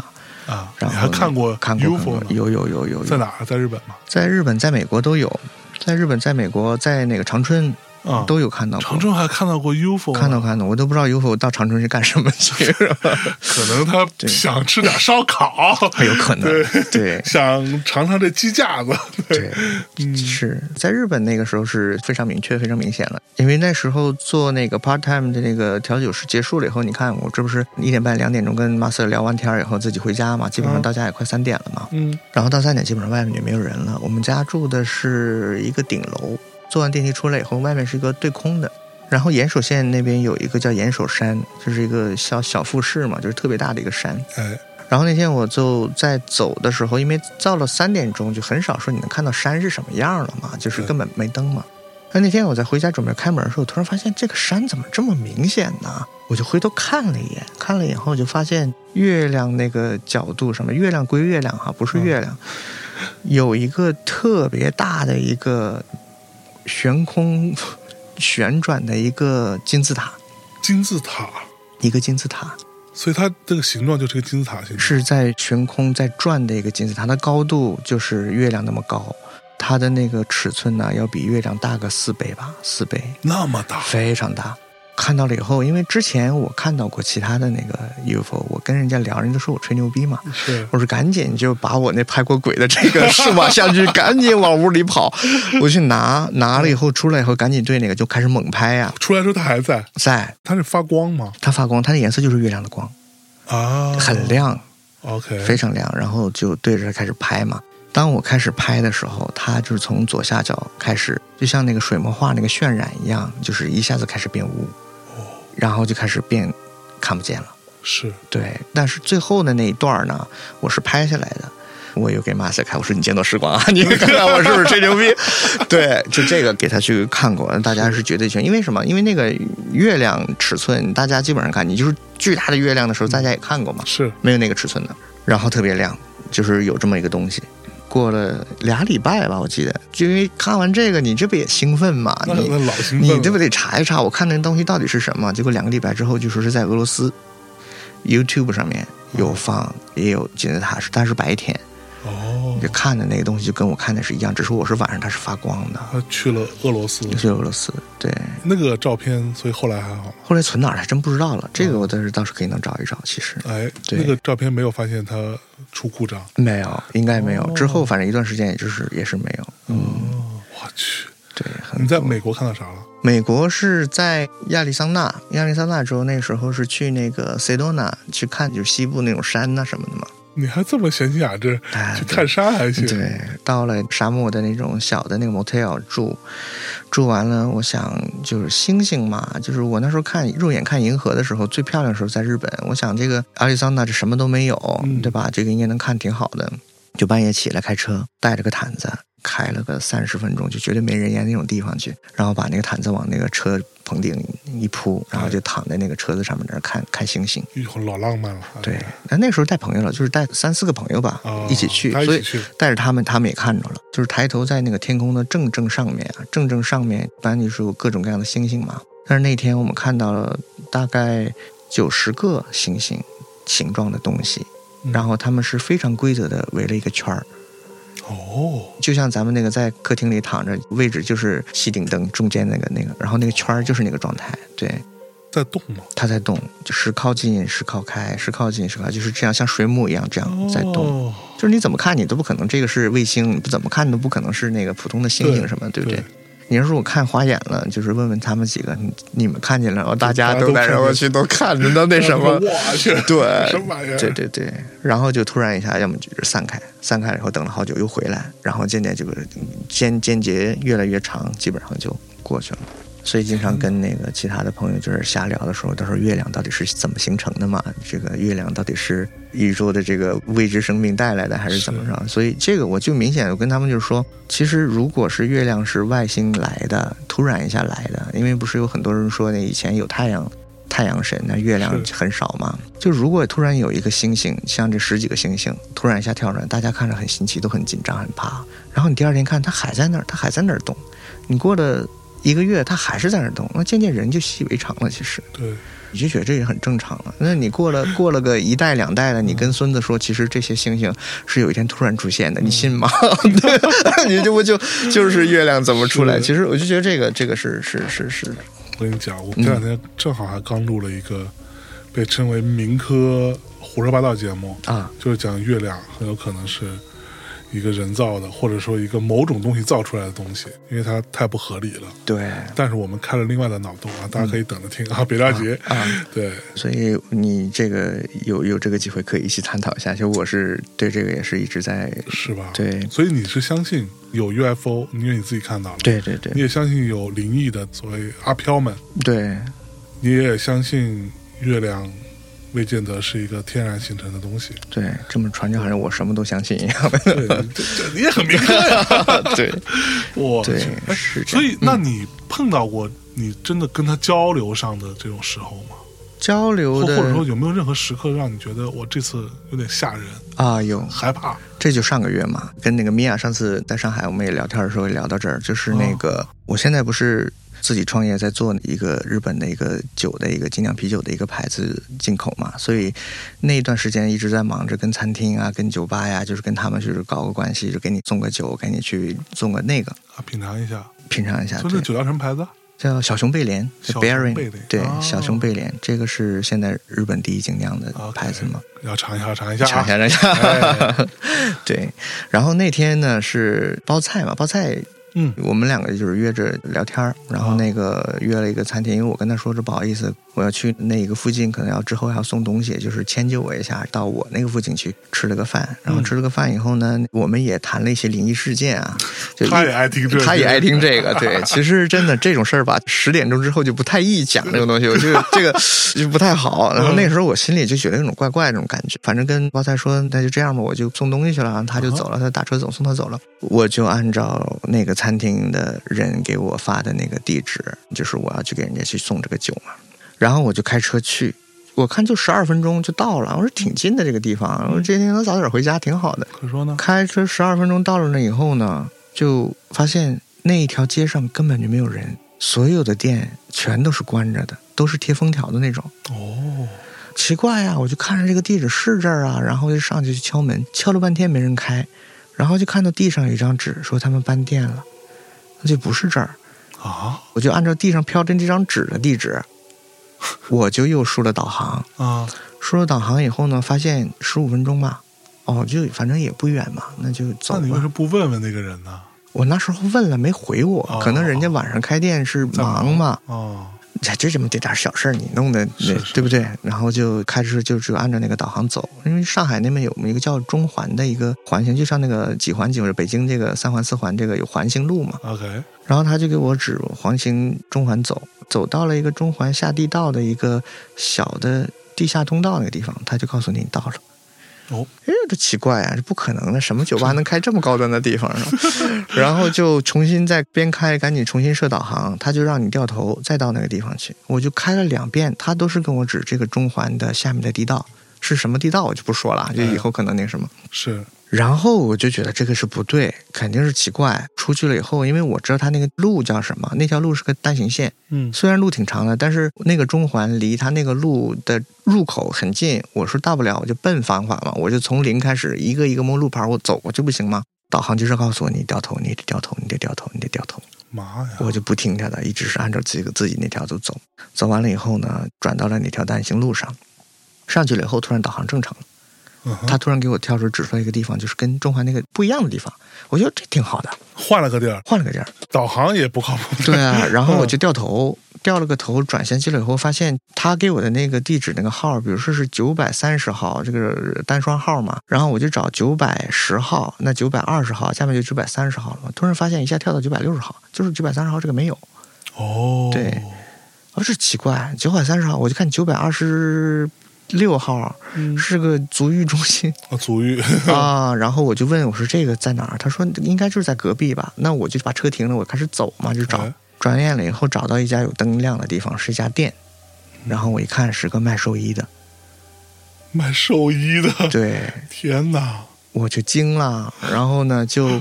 啊！
然后
你还看过
看过看
UFO
过
吗？
有有有有有
在哪儿？在日本吗？
在日本、在美国都有，在日本、在美国、在那个长春
啊，
都有看到过
长，春还看到过 UFO，吗
看到看到，我都不知道 UFO 到长春是干什么去 了，
可能他想吃点烧烤，
有可能
对，
对
想尝尝这鸡架子，
对，
嗯
是在日本那个时候是非常明确、非常明显了，因为那时候做那个 part time 的那个调酒师结束了以后，你看我这不是一点半、两点钟跟 master 聊完天儿以后自己回家嘛，基本上
嗯
到家也快三点了嘛，
嗯
然后到三点基本上外面就没有人了。我们家住的是一个顶楼，坐完电梯出来以后，外面是一个对空的。然后岩手县那边有一个叫岩手山，就是一个小小富士嘛，就是特别大的一个山。
哎
然后那天我就在走的时候，因为到了三点钟就很少说你能看到山是什么样了嘛，就是根本没灯嘛。那那天我在回家准备开门的时候，突然发现这个山怎么这么明显呢？我就回头看了一眼，看了以后就发现月亮那个角度什么，月亮归月亮哈、不是月亮，有一个特别大的一个悬空旋转的一个金字塔，
金字塔，
一个金字塔。
所以它这个形状就是个金字塔形状，
是在悬空在转的一个金字塔，它的高度就是月亮那么高，它的那个尺寸呢要比月亮大个四倍吧，四倍，
那么大，
非常大。看到了以后，因为之前我看到过其他的那个 UFO，我跟人家聊，人家都说我吹牛逼嘛，
是
我说赶紧就把我那拍过鬼的这个数码相机赶紧往屋里跑， 我去拿，拿了以后出来以后，赶紧对那个就开始猛拍呀、
出来之后它还在，
在
它是发光吗？
它发光，它的颜色就是月亮的光，
啊，
很亮，
，OK，
非常亮，然后就对着它开始拍嘛。当我开始拍的时候，它就是从左下角开始，就像那个水墨画那个渲染一样，就是一下子开始变污，然后就开始变看不见了。
哦是
对，但是最后的那一段呢，我是拍下来的。我又给马赛看，我说你见多识广啊， 你看看我是不是吹牛逼？ 对，就这个给他去看过，大家是绝对全，因为什么？因为那个月亮尺寸，大家基本上看，你就是巨大的月亮的时候，大家也看过嘛，
是，
没有那个尺寸的，然后特别亮，就是有这么一个东西。过了俩礼拜吧，我记得，就因为看完这个，你这不也兴奋嘛？
那
你
那老兴奋了，
你这不得查一查，我看那东西到底是什么？结果两个礼拜之后，就说是在俄罗斯 YouTube 上面有放，也有金字塔，是但是白天
哦
你，看的那个东西就跟我看的是一样，只是我是晚上，它是发光的。
他去了俄罗斯，
去俄罗斯，对，
那个照片，所以后来还好吗？
后来存哪儿了还真不知道了。这个我倒是倒是可以能找一找，其实。
哎，
对
那个照片没有发现它出故障，
没有，应该没有。
哦
之后反正一段时间，也就是也是没有。嗯，
哦，我去，
对，很
你在美国看到啥了？
美国是在亚利桑那，亚利桑那州那时候是去那个塞多纳去看，就是西部那种山呐、什么的嘛。
你还这么闲情雅致
哎
去看山还行？
对，到了沙漠的那种小的那个 motel 住，住完了，我想就是星星嘛，就是我那时候看肉眼看银河的时候，最漂亮的时候在日本。我想这个阿里桑那这什么都没有，
嗯
对吧？这个应该能看挺好的。就半夜起来开车，带着个毯子，开了个三十分钟，就绝对没人烟那种地方去，然后把那个毯子往那个车棚顶一铺，然后就躺在那个车子上面在那儿看看星星。
哎呦，老浪漫了。哎
对，但那时候带朋友了，就是带三四个朋友吧，
哦
一起去，
大家
所
一
以
起去
带着他们，他们也看着了，就是抬头在那个天空的正正上面啊，正正上面，一般就是有各种各样的星星嘛。但是那天我们看到了大概九十个星星形状的东西，
嗯
然后他们是非常规则的围了一个圈儿，
哦，
就像咱们那个在客厅里躺着，位置就是吸顶灯中间那个那个，然后那个圈儿就是那个状态，对，
在动吗？
它在动，时靠近时靠开，时靠近时靠开，就是这样，像水母一样这样在动。
哦，
就是你怎么看你都不可能这个是卫星，你不怎么看都不可能是那个普通的星星
对
什么，对不
对
对？你要是我看花眼了，就是问问他们几个，你你们看见了，哦大家
大家
都
都
在
看见，
绕过去都看着呢，那什么
我去，
对
什么玩意儿？
呃对对对，然后就突然一下，要么就是散开，散开了以后等了好久又回来，然后渐渐这个间间节越来越长，基本上就过去了。所以经常跟那个其他的朋友就是瞎聊的时候，都说月亮到底是怎么形成的嘛？这个月亮到底是宇宙的这个未知生命带来的，还是怎么着？所以这个我就明显，我跟他们就是说，其实如果是月亮是外星来的，突然一下来的，因为不是有很多人说那以前有太阳太阳神，那月亮
是
很少嘛。就如果突然有一个星星，像这十几个星星突然一下跳出来，大家看着很新奇，都很紧张很怕。然后你第二天看它还在那儿，它还在那儿动。你过了一个月，它还是在那儿动，那渐渐人就习以为常了。其实
对，
你就觉得这也很正常了。那你 过了过了个一代两代了，你跟孙子说，其实这些星星是有一天突然出
嗯
现的，你信 吗？对，你这不就就是月亮怎么出来？
是
其实我就觉得这个这个是是是是，
我跟你讲，我这两天正好还刚录了一个被称为“民科胡说八道”节目
啊，
就是讲月亮很有可能是一个人造的，或者说一个某种东西造出来的东西，因为它太不合理了。
对。
但是我们开了另外的脑洞啊，大家可以等着听啊，别着急。
嗯啊
对，
所以你这个有有这个机会可以一起探讨一下。其实我是对这个也是一直在，
是吧？
对
所以你是相信有 UFO，因为你自己看到了，
对对对
你也相信有灵异的所谓阿飘们，
对
你也相信月亮未见得是一个天然形成的 东西。
对，这么传就好像我什么都相信一样。
对，这这你也很明白呀、
对
我去
对
哎
是这样
所以，那你碰到过你真的跟他交流上的这种时候吗？
交流
或或者说
的
有没有任何时刻让你觉得我这次有点吓人、
啊有，
害怕？
这就上个月嘛，跟那个米娅上次在上海我们也聊天的时候也聊到这儿，就是
哦
那个、我现在不是自己创业在做一个日本的一个酒的一个精酿啤酒的一个牌子进口嘛，所以那一段时间一直在忙着跟餐厅啊、跟酒吧呀，就是跟他们就是搞个关系，就给你送个酒，给你去送个那个
啊，品尝一下，
品尝一下。
就这
对。
酒叫什么牌子？啊
叫小熊贝莲
小熊
b e r i n
贝莲
对，
哦
小熊贝莲，这个是现在日本第一精酿的
OK
牌子嘛？
要尝一下，尝一下、啊，
抢一下人
哎
家。 对，然后那天呢是包菜嘛，包菜
嗯，
我们两个就是约着聊天儿，然后那个约了一个餐厅，因为我跟他说这不好意思，我要去那个附近，可能要之后要送东西，就是迁就我一下，到我那个附近去吃了个饭，然后吃了个饭以后呢，我们也谈了一些灵异事件啊，就一
他也爱听这个，
他也爱听这个，对，其实真的这种事儿吧，十点钟之后就不太易讲这种东西，我就这个就不太好。然后那时候我心里就觉得有种怪怪的那种感觉，反正跟包菜说那就这样吧，我就送东西去了，然后啊他就走了，他打车走送他走了，我就按照那个餐厅的人给我发的那个地址，就是我要去给人家去送这个酒嘛，然后我就开车去。我看就十二分钟就到了，我说挺近的这个地方，我说这天能早点回家挺好的。
可说呢，
开车十二分钟到了那以后呢，就发现那一条街上根本就没有人，所有的店全都是关着的，都是贴封条的那种。
哦，
奇怪啊呀、我就看着这个地址是这儿啊，然后就上去去敲门，敲了半天没人开，然后就看到地上有一张纸，说他们搬店了，那就不是这儿。
啊
我就按照地上飘着这张纸的地址，我就又输了导航，
啊，
输了导航以后呢，发现十五分钟吧，哦，就反正也不远嘛，那就走
那
吧。
你为什么不问问那个人呢？
我那时候问了没回我，
哦
可能人家晚上开店是
在
忙嘛，
哦，
这就这么这点小事儿你弄的，
是
对
是
对不对？然后就开车就只有按照那个导航走，因为上海那边有我们一个叫中环的一个环形，就像那个几环几，就是北京这个三环四环这个有环形路嘛。
OK，
然后他就给我指环形中环走，走到了一个中环下地道的一个小的地下通道那个地方，他就告诉你到了。
哦，
哎，这奇怪啊，这不可能的，什么酒吧能开这么高端的地方啊？ 然后就重新再边开，赶紧重新设导航，他就让你掉头再到那个地方去。我就开了两遍，他都是跟我指这个中环的下面的地道是什么地道，我就不说了啊，就以后可能那什么。
是
然后我就觉得这个是不对，肯定是奇怪。出去了以后，因为我知道他那个路叫什么，那条路是个单行线，
嗯
虽然路挺长的，但是那个中环离他那个路的入口很近。我说大不了我就奔繁华嘛，我就从零开始，一个一个摸路牌我走过去不行吗？导航就是告诉我你掉头，你得掉头，你得掉头，你得掉头。
妈呀，
我就不听他的，一直是按照自己自己那条路走。走完了以后呢，转到了那条单行路上，上去了以后突然导航正常了。
嗯哼
他突然给我跳出指出来一个地方，就是跟中环那个不一样的地方。我觉得这挺好的，
换了个地儿，
换了个地儿。
导航也不靠谱。
对啊，然后我就掉头，掉了个头，转向机了以后，发现他给我的那个地址那个号，比如说是九百三十号这个单双号嘛，然后我就找九百十号，那九百二十号，下面就九百三十号了嘛。突然发现一下跳到九百六十号，就是九百三十号这个没有，
哦，
对哦，这奇怪，九百三十号，我就看九百二十六号
嗯
是个足浴中心，
啊，足浴
啊，然后我就问我说这个在哪儿？他说应该就是在隔壁吧。那我就把车停了，我开始走嘛，就找
哎。
转眼了以后，找到一家有灯亮的地方，是一家店。然后我一看是个卖寿衣的，
卖寿衣的，
对，
天哪！
我就惊了。然后呢，就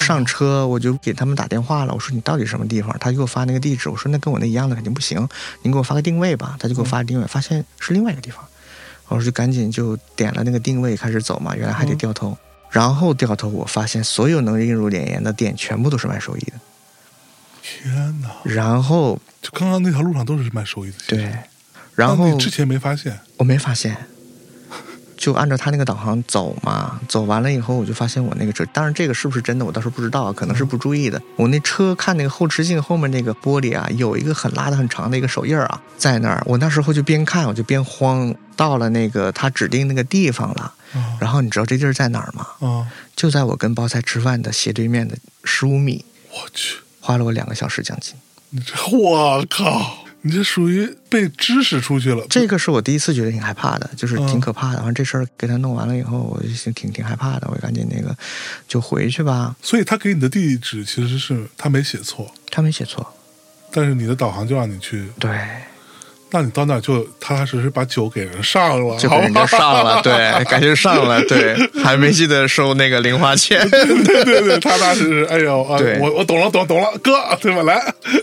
上车，我就给他们打电话了。我说你到底什么地方？他给我发那个地址，我说那跟我那一样的肯定不行，您给我发个定位吧。他就给我发定位，发现是另外一个地方。我说就赶紧就点了那个定位开始走嘛，原来还得掉头。然后掉头，我发现所有能映入眼帘的店全部都是卖寿衣的。
天哪！
然后
就刚刚那条路上都是卖寿衣的，
对，然后
那你之前没发现，
我没发现，就按照他那个导航走嘛，走完了以后，我就发现我那个车，当然这个是不是真的，我倒是不知道，可能是不注意的。我那车看那个后视镜后面那个玻璃啊，有一个很拉的很长的一个手印儿啊，在那儿。我那时候就边看我就边慌，到了那个他指定那个地方了。
啊
然后你知道这地儿在哪儿吗？
啊！
就在我跟包菜吃饭的斜对面的十五米，
我去，
花了我两个小时将近。
你这我靠，你这属于被支使出去了。
这个是我第一次觉得挺害怕的，就是
嗯
挺可怕的。然后这事儿给他弄完了以后，我就挺挺害怕的，我赶紧那个就回去吧。
所以他给你的地址其实是他没写错，
他没写错，
但是你的导航就让你去，
对，
哦那你到那儿就踏踏实实把酒给人上 了，
就
好
给
吧
人？家上了，对， 感觉上了，对，还没记得收那个零花钱，
对 对对，踏踏实实。哎呦，啊、
对
我我懂了，懂懂了，哥，对吧？来，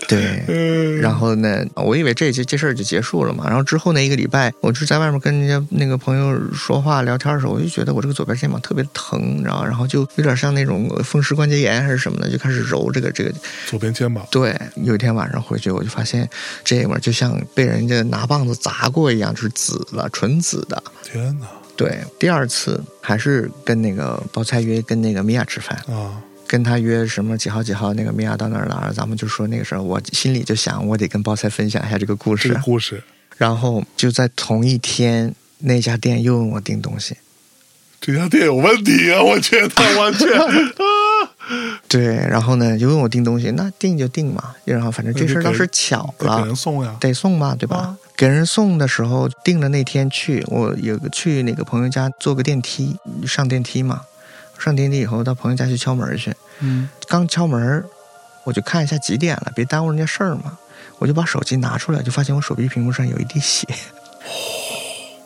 对。
嗯，
然后呢，我以为这这这事儿就结束了嘛。然后之后那一个礼拜，我就在外面跟人家那个朋友说话聊天的时候，我就觉得我这个左边肩膀特别疼，你知道吗，然后就有点像那种风湿关节炎还是什么的，就开始揉这个这个
左边肩膀，
对，有一天晚上回去，我就发现这边就像被人家拿棒子砸过一样，就是紫了，纯紫的。
天哪
对，第二次还是跟那个包菜约跟那个米娅吃饭，
啊！
跟他约什么几号几号，那个米娅到那儿了，然后咱们就说那个事儿。我心里就想，我得跟包菜分享一下这个故
这
事
个。故事，
然后就在同一天，那家店又问我订东西，
这家店有问题啊！我觉得，我去 啊！
对，然后呢就问我订东西，那订就订嘛，然后反正这事儿倒是巧
得给
了
人，送呀，
得送嘛，对吧？
啊
给人送的时候定了那天去，我有个去那个朋友家坐个电梯，上电梯嘛，上电梯以后到朋友家去敲门去，
嗯，
刚敲门，我就看一下几点了，别耽误人家事儿嘛，我就把手机拿出来，就发现我手机屏幕上有一滴血。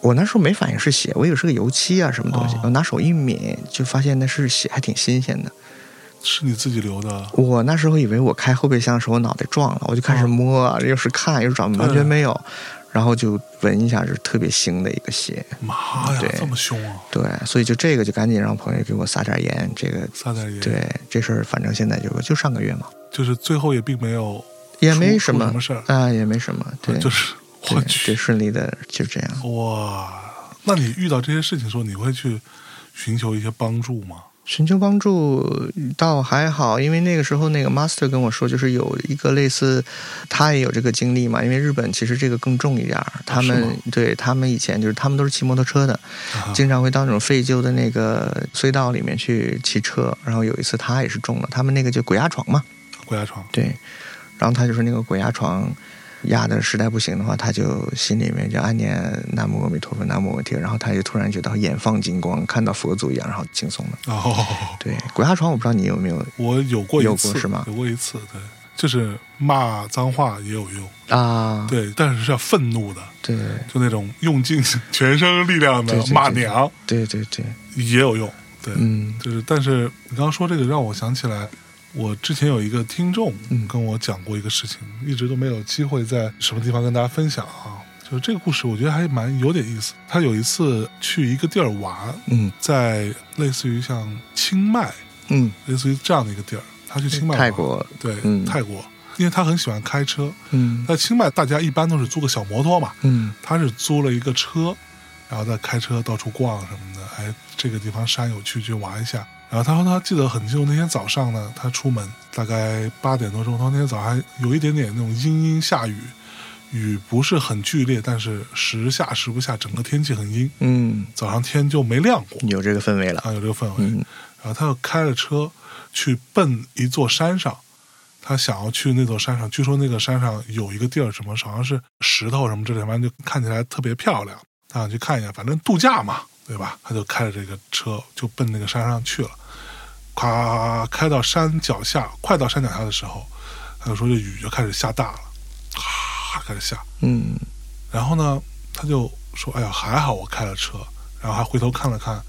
我那时候没反应是血，我以为是个油漆啊什么东西
哦，
我拿手一抿就发现那是血，还挺新鲜的。
是你自己留的，
我那时候以为我开后备箱的时候脑袋撞了，我就开
嗯
始摸，啊，又是看又是找，完全没有，然后就闻一下，就是特别腥的一个血。
妈呀
对，
这么凶啊！
对，所以就这个就赶紧让朋友给我撒点盐。这个
撒点盐，，
对这事儿，反正现在就就上个月嘛，
就是最后也并没有，
也没
出
么
出什么事儿
啊，也没什么。对，
就是我
对对，
去
顺利的就这样。
哇！那你遇到这些事情的时候，你会去寻求一些帮助吗？
寻求帮助倒还好，因为那个时候那个 master 跟我说，就是有一个类似，他也有这个经历嘛。因为日本其实这个更重一点儿，他
是
们
吗
对他们以前就是他们都是骑摩托车的，
啊
经常会到那种废旧的那个隧道里面去骑车。然后有一次他也是中了，他们那个就鬼压床嘛，
鬼压床，
对。然后他就是那个鬼压床，压的实在不行的话，他就心里面就暗念南无阿弥陀佛，南无阿弥陀佛。然后他就突然觉得眼放金光，看到佛祖一样，然后轻松了。
哦，
对，鬼压床我不知道你有没有
我有过一
有
次，
过是吗
有过一次，对，就是骂脏话也有用，
啊？
对，但是是要愤怒的，
对
就那种用尽 全身力量的
对对
骂
对
娘
对对对，
也有用，对，
嗯
就是，但是你刚刚说这个让我想起来，我之前有一个听众
嗯
跟我讲过一个事情，一直都没有机会在什么地方跟大家分享啊。就是这个故事，我觉得还蛮有点意思。他有一次去一个地儿玩，
嗯
在类似于像清迈，
嗯，
类似于这样的一个地儿，他去清迈玩
泰，国，
对，
嗯
泰国，因为他很喜欢开车。
嗯
在清迈，大家一般都是租个小摩托嘛，
嗯
他是租了一个车，然后再开车到处逛什么的。哎，这个地方山有趣，去玩一下。然后他说他记得很清楚，那天早上呢，他出门大概八点多钟，他说那天早上还有一点点那种阴阴下雨，雨不是很剧烈，但是时下时不下，整个天气很阴，
嗯，
早上天就没亮过
有这个氛围了，
啊，有这个氛围。
嗯
然后他又开着车去奔一座山上，他想要去那座山上。据说那个山上有一个地儿，什么好像是石头什么之类的，反正就看起来特别漂亮。他想去看一眼，反正度假嘛，对吧？他就开着这个车就奔那个山上去了。咵，开到山脚下，快到山脚下的时候，他就说这雨就开始下大了，咔开始下。
嗯
然后呢，他就说：“哎呀，还好我开了车。”然后还回头看了看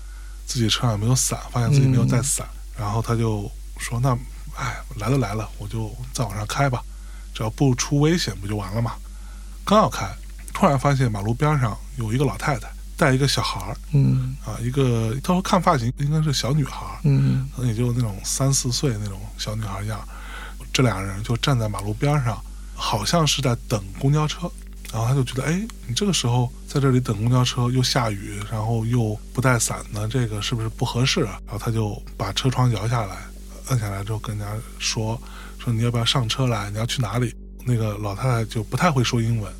自己车上有没有伞，发现自己没有带伞。然后他就说：“那，哎，来都来了，我就再往上开吧，只要不出危险，不就完了吗？”刚要开，突然发现马路边上有一个老太太带一个小孩儿
嗯
啊，一个他说看发型应该是小女孩儿，
嗯
可能也就那种三四岁那种小女孩样儿。这俩人就站在马路边上，好像是在等公交车。然后他就觉得，哎，你这个时候在这里等公交车，又下雨，然后又不带伞呢，这个是不是不合适啊？然后他就把车窗摇下来，摁下来之后跟人家说，说你要不要上车来？你要去哪里？那个老太太就不太会说英文，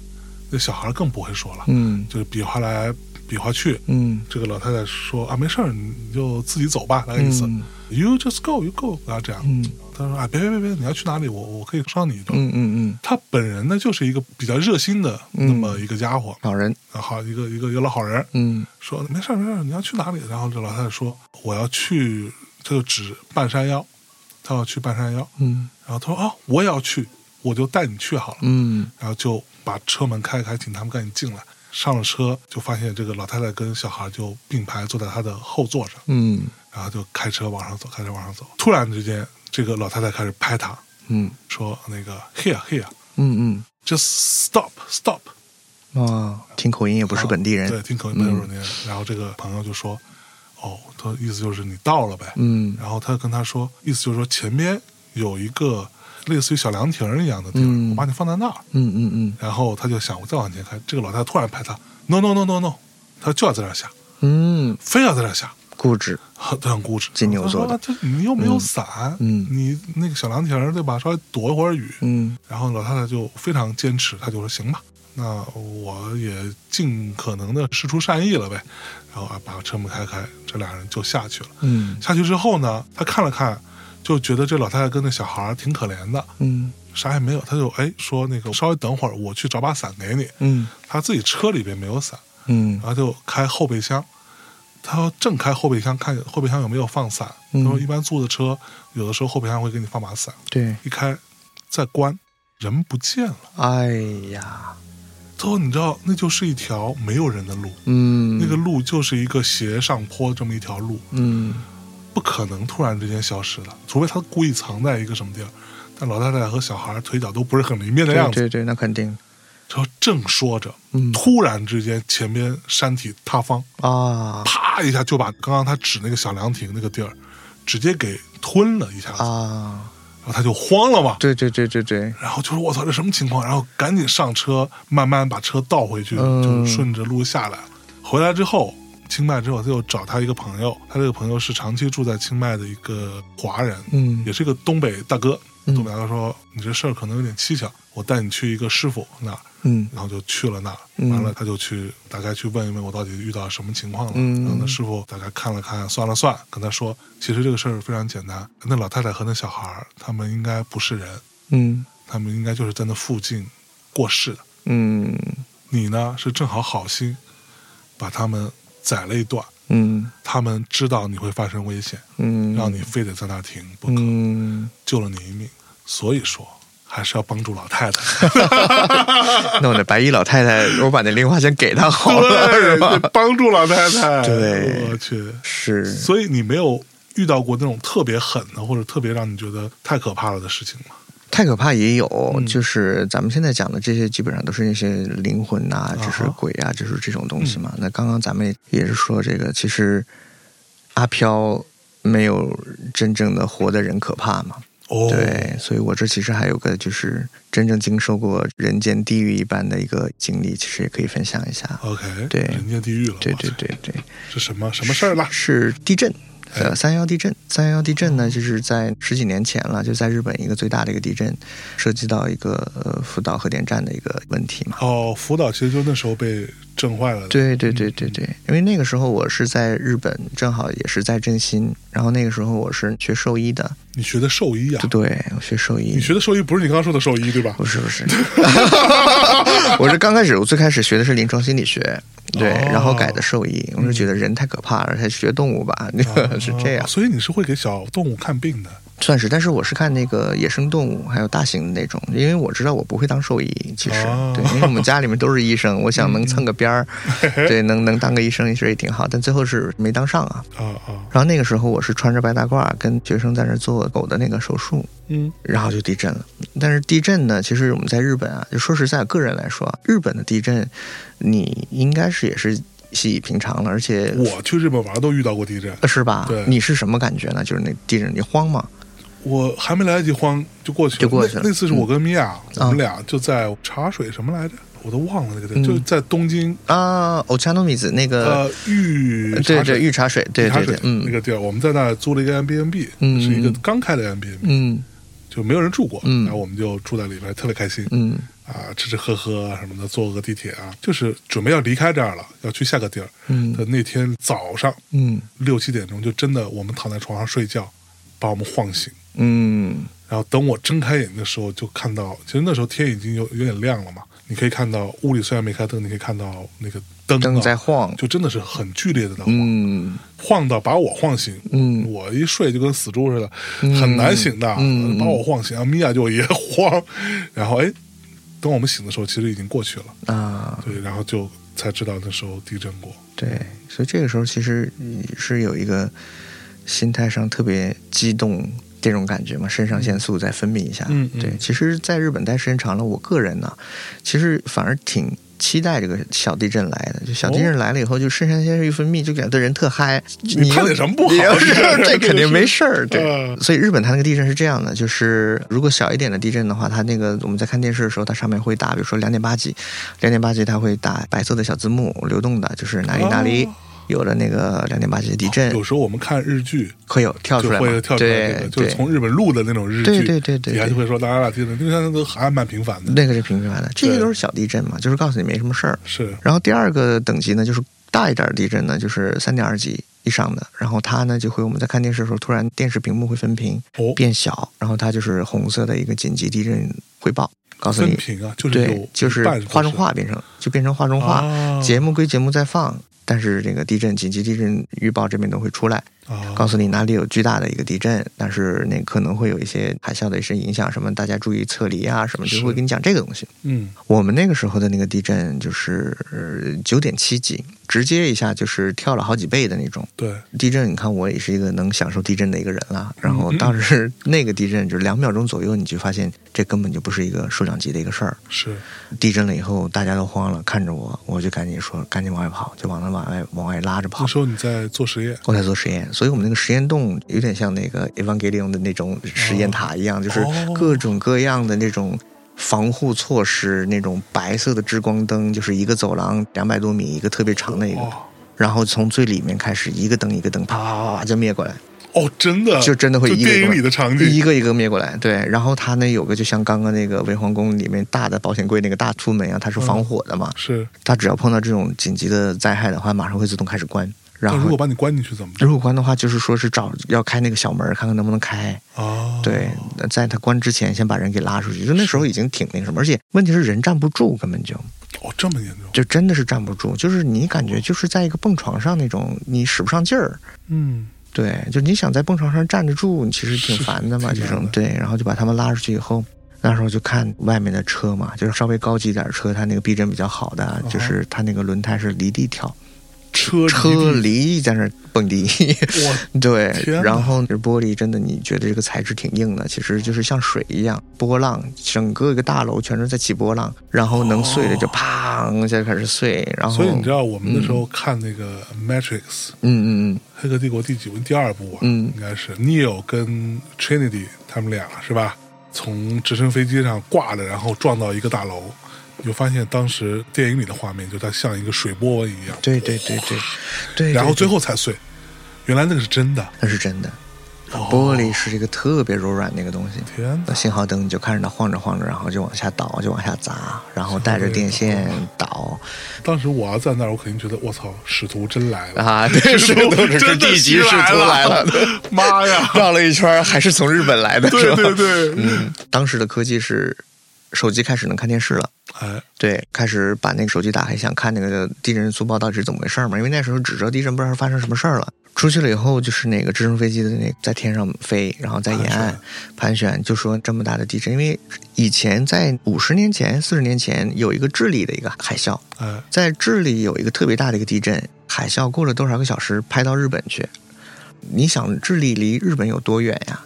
那小孩更不会说了，
嗯
就是比划来比划去。
嗯，
这个老太太说啊，没事儿，你就自己走吧，那个意思。
嗯
You just go, you go，然后这样。
嗯
他说啊，别别别别，你要去哪里？我我可以上你的。
嗯嗯嗯，
他本人呢，就是一个比较热心的那么一个家伙，
老人，
然后一个一个一个老好人，
嗯
说没事儿没事儿，你要去哪里？然后这老太太说我要去，他就指半山腰，他要去半山腰。
嗯
然后他说啊，我也要去，我就带你去好了。
嗯
然后就把车门开开，请他们赶紧进来。上了车就发现这个老太太跟小孩就并排坐在他的后座上。
嗯
然后就开车往上走，开车往上走。突然之间，这个老太太开始拍他，
嗯
说：“那个 here here
嗯
just stop stop。
嗯，啊，听口音也不是本地”
啊对，
人，
听口音没有人。然后这个朋友就说：“哦，他意思就是你到了呗。”
嗯
然后他跟他说，意思就是说前面有一个类似于小凉亭儿一样的地儿，
嗯
我把你放在那儿。
嗯嗯嗯
然后他就想，我再往前开。这个老太太突然拍他：“no no no no no！” 他就要在那儿下，
嗯，
非要在那儿下。
固执，
很很固执，
金牛座的
他说啊这你又没有伞，
嗯
你那个小凉亭儿对吧？稍微躲一会儿雨。
嗯
然后老太太就非常坚持，她就说行吧，那我也尽可能的施出善意了呗。然后啊，把车门开开，这俩人就下去了。
嗯
下去之后呢，她看了看，就觉得这老太太跟那小孩儿挺可怜的，
嗯
啥也没有，她就哎说那个稍微等会儿，我去找把伞给你。
嗯
她自己车里边没有伞，
嗯
然后就开后备箱，他正开后备箱看后备箱有没有放伞。他
嗯
说一般租的车有的时候后备箱会给你放把伞，
对，
一开再关，人不见了。
哎呀，
最后你知道，那就是一条没有人的路，
嗯
那个路就是一个斜上坡这么一条路，
嗯
不可能突然之间消失的，除非他故意藏在一个什么地儿。但老太太和小孩腿脚都不是很灵便的
对
样子，
对对，那肯定，
然后正说着，
嗯
突然之间前边山体塌方，
啊
啪一下就把刚刚他指那个小凉亭那个地儿，直接给吞了一下子，
啊，
然后他就慌了嘛，
对对对对对，
然后就说我操这什么情况，然后赶紧上车，慢慢把车倒回去，
嗯
就是顺着路下来。回来之后，清迈之后，他又找他一个朋友，他这个朋友是长期住在清迈的一个华人，
嗯
也是一个东北大哥。
嗯
东北大哥说：“你这事儿可能有点蹊跷，我带你去一个师傅那儿。”
嗯
然后就去了那儿，
嗯
完了他就去大概去问一问我到底遇到什么情况了。
嗯
然后那师傅大概看了看，算了算，跟他说，其实这个事儿非常简单，那老太太和那小孩儿他们应该不是人，
嗯
他们应该就是在那附近过世的。
嗯
你呢是正好好心把他们宰了一段，
嗯
他们知道你会发生危险，
嗯，
让你非得在那儿停不可，
嗯，
救了你一命。所以说。还是要帮助老太太，
那我那白衣老太太，我把那零花钱给她好了，是吧？
对帮助老太太。
对
我去，
是，
所以你没有遇到过那种特别狠的，或者特别让你觉得太可怕了的事情吗？
太可怕也有，
嗯
就是咱们现在讲的这些，基本上都是那些灵魂呐、
哈嗯
就是鬼啊，就是这种东西嘛。那刚刚咱们也是说这个，其实阿飘没有真正的活的人可怕嘛。
哦，
对，所以我这其实还有个就是真正经受过人间地狱一般的一个经历，其实也可以分享一
哦
下。
，OK，
对
人间地狱了，
对
哇塞
对，对对，
是什么什么事儿啦？
是地震。
哎
呃，三幺地震，三幺地震呢，就是在十几年前了，就在日本一个最大的一个地震，涉及到一个呃福岛核电站的一个问题嘛。
哦，福岛其实就那时候被震坏了的，
对对对对
嗯
对，因为那个时候我是在日本，正好也是在振兴，然后那个时候我是学兽医的，
你学的兽医啊
对，对，我学兽医
你。学的兽医不是你刚刚说的兽医对吧
不？是 不是，我是刚开始，我最开始学的是临床心理学，对，
哦嗯
然后改的兽医。我是觉得人太可怕了，还学动物吧， 是这样
哦，所以你是会给小动物看病的，
算是。但是我是看那个野生动物，还有大型的那种，因为我知道我不会当兽医，其实、
哦
对，因为我们家里面都是医 生，我想能蹭个边儿，
嗯
对，能能当个医生其实也挺好，但最后是没当上啊。
啊啊，
然后那个时候我是穿着白大褂跟学生在那儿做狗的那个手术，
嗯，
然后就地震了。但是地震呢，其实我们在日本啊，就说实在，个人来说啊，日本的地震，你应该是也是习以平常了，而且
我去日本玩都遇到过地震，
呃是吧
对？
你是什么感觉呢？就是那地震，你慌吗？
我还没来得及慌就过去了，
就过去了
那那次是我跟米娅，我们
嗯
俩就在茶水什么来着，我都忘了那个地儿，
嗯
就是在东京
啊，o c h a n o m i z 那个，
呃，玉
对
茶水
对，御茶水，对
御茶
对
水
对，嗯
那个地儿，我们在那儿租了一个 Airbnb，
嗯
是一个
嗯
刚开的 Airbnb，
嗯
就没有人住过，
嗯
然后我们就住在里边，特别开心
嗯
啊，吃吃喝喝啊什么的，坐个地铁啊，就是准备要离开这儿了，要去下个地儿。
嗯
的那天早上
嗯
六七点钟，就真的我们躺在床上睡觉，把我们晃醒。
嗯
然后等我睁开眼睛的时候，就看到，其实那时候天已经有有点亮了嘛，你可以看到屋里虽然没开灯，你可以看到那个灯、啊、
灯在晃，
就真的是很剧烈的在晃，
嗯
晃到把我晃醒。
嗯
我一睡就跟死猪似的，很难醒的，
嗯嗯
把我晃醒，然后米娅就也慌， 然后哎，等我们醒的时候，其实已经过去了，
啊，
对，然后就才知道那时候地震过，
对，所以这个时候其实你是有一个心态上特别激动这种感觉嘛，肾上腺素再分泌一下。
嗯嗯
对，其实在日本待时间长了，我个人呢，其实反而挺。期待这个小地震来的，就小
哦
地震来了以后，就肾上腺素一分泌，就感觉人特嗨。你
盼
要
点什么不好
你要是
是
这肯定没事儿，对。
啊
所以日本它那个地震是这样的，就是如果小一点的地震的话，它那个我们在看电视的时候，它上面会打，比如说两点八级，两点八级它会打白色的小字幕，流动的，就是哪里哪里
哦
有了那个两点八级的地震，
有时候我们看日剧
会有跳
就
出来嘛
会跳出来这
对
个，就
对，
是从日本录的那种日剧，
对对对对
底下就会说大家俩地震，因为现在都还蛮频繁的，
那个是频繁的，这些都是小地震嘛，就是告诉你没什么事儿。
是
然后第二个等级呢，就是大一点的地震呢，就是三点二级以上的，然后它呢就会我们在看电视的时候，突然电视屏幕会分屏
哦，
变小，然后它就是红色的一个紧急地震汇报，告诉
分
你
频啊，就是有
对，就是
一半
画中画变成就变成画中画，
啊
节目归节目再放，但是这个地震紧急地震预报这边都会出来，
啊，
告诉你哪里有巨大的一个地震，但是那可能会有一些海啸的一些影响，什么大家注意撤离啊，什么就是会跟你讲这个东西。
嗯
我们那个时候的那个地震就是呃九点七级，直接一下就是跳了好几倍的那种。
对，
地震，你看我也是一个能享受地震的一个人了。然
嗯
后当时那个地震就是两秒钟左右，你就发现这根本就不是一个数量级的一个事儿。
是
地震了以后，大家都慌了，看着我，我就赶紧说赶紧往外跑，就往那往外往外拉着跑
那。时候你在做实验，
我在做实验，所以我们那个实验洞有点像那个 Evangelion 的那种实
哦
验塔一样，就是各种各样的那种防护措施，那种白色的制光灯，就是一个走廊两百多米一个特别长的一个，
哦，
然后从最里面开始一个灯一个灯啪啪啪啪啪就灭过来，
哦，真的，
就真的会
就
一个
电
一个
影里的场
一
景，
个一个灭过来。对，然后它那有个就像刚刚那个文皇宫里面大的保险柜那个大出门啊，它是防火的嘛，
是。
它只要碰到这种紧急的灾害的话，马上会自动开始关。然
那
后
如果把你关进去怎么办？
如果关的话，就是说是找要开那个小门儿，看看能不能开。
哦，
对，那在他关之前，先把人给拉出去。就那时候已经挺那什么，而且问题是人站不住，根本就
哦，这么严重，
就真的是站不住，就是你感觉就是在一个蹦床上那种，你使不上劲儿。
嗯，
对，就你想在蹦床上站得住，你其实挺烦的嘛，
是
这
挺
种
难的
对，然后就把他们拉出去以后。那时候就看外面的车嘛，就是稍微高级一点儿车，它那个避震比较好的，啊
哦
就是它那个轮胎是离地跳，
车
车
离
离在那儿蹦迪，
地哇，
对
天，哪
然后这玻璃真的，你觉得这个材质挺硬的，其实就是像水一样，波浪，整个一个大楼全是在起波浪，然后能碎的就砰一下开始碎，然后
哦所以你知道我们那时候看那个《Matrix》
嗯嗯
黑客帝国》第几部？第二部啊，
嗯
应该是 Neo 跟 Trinity 他们俩是吧？从直升飞机上挂着，然后撞到一个大楼，你就发现当时电影里的画面，就它像一个水波纹一样
嗯，，对对对对对，
然后
对
最后才碎。原来那个是真的，
那是真的，
哦
玻璃是一个特别柔软的一个东西。
天哪！
信号灯你就看着它晃着晃着，然后就往下倒，就往下砸，然后带着电线倒
当时我要在那儿，我肯定觉得我操，使徒真来了，
啊！对，
使
是
徒
都是
真的
地级使徒来了，
妈 呀！
绕了一圈儿还是从日本来的，是
对
吧？
对对，
嗯，当时的科技是手机开始能看电视了。
哎，
对，开始把那个手机打开，想看那个地震速报到底是怎么回事儿嘛？因为那时候只知道地震，不知道发生什么事儿了。出去了以后，就是那个直升飞机的那在天上飞，然后在沿岸盘旋，就说这么大的地震，因为以前在五十年前、四十年前有一个智利的一个海啸，
哎，
在智利有一个特别大的一个地震，海啸过了多少个小时拍到日本去？你想智利离日本有多远呀？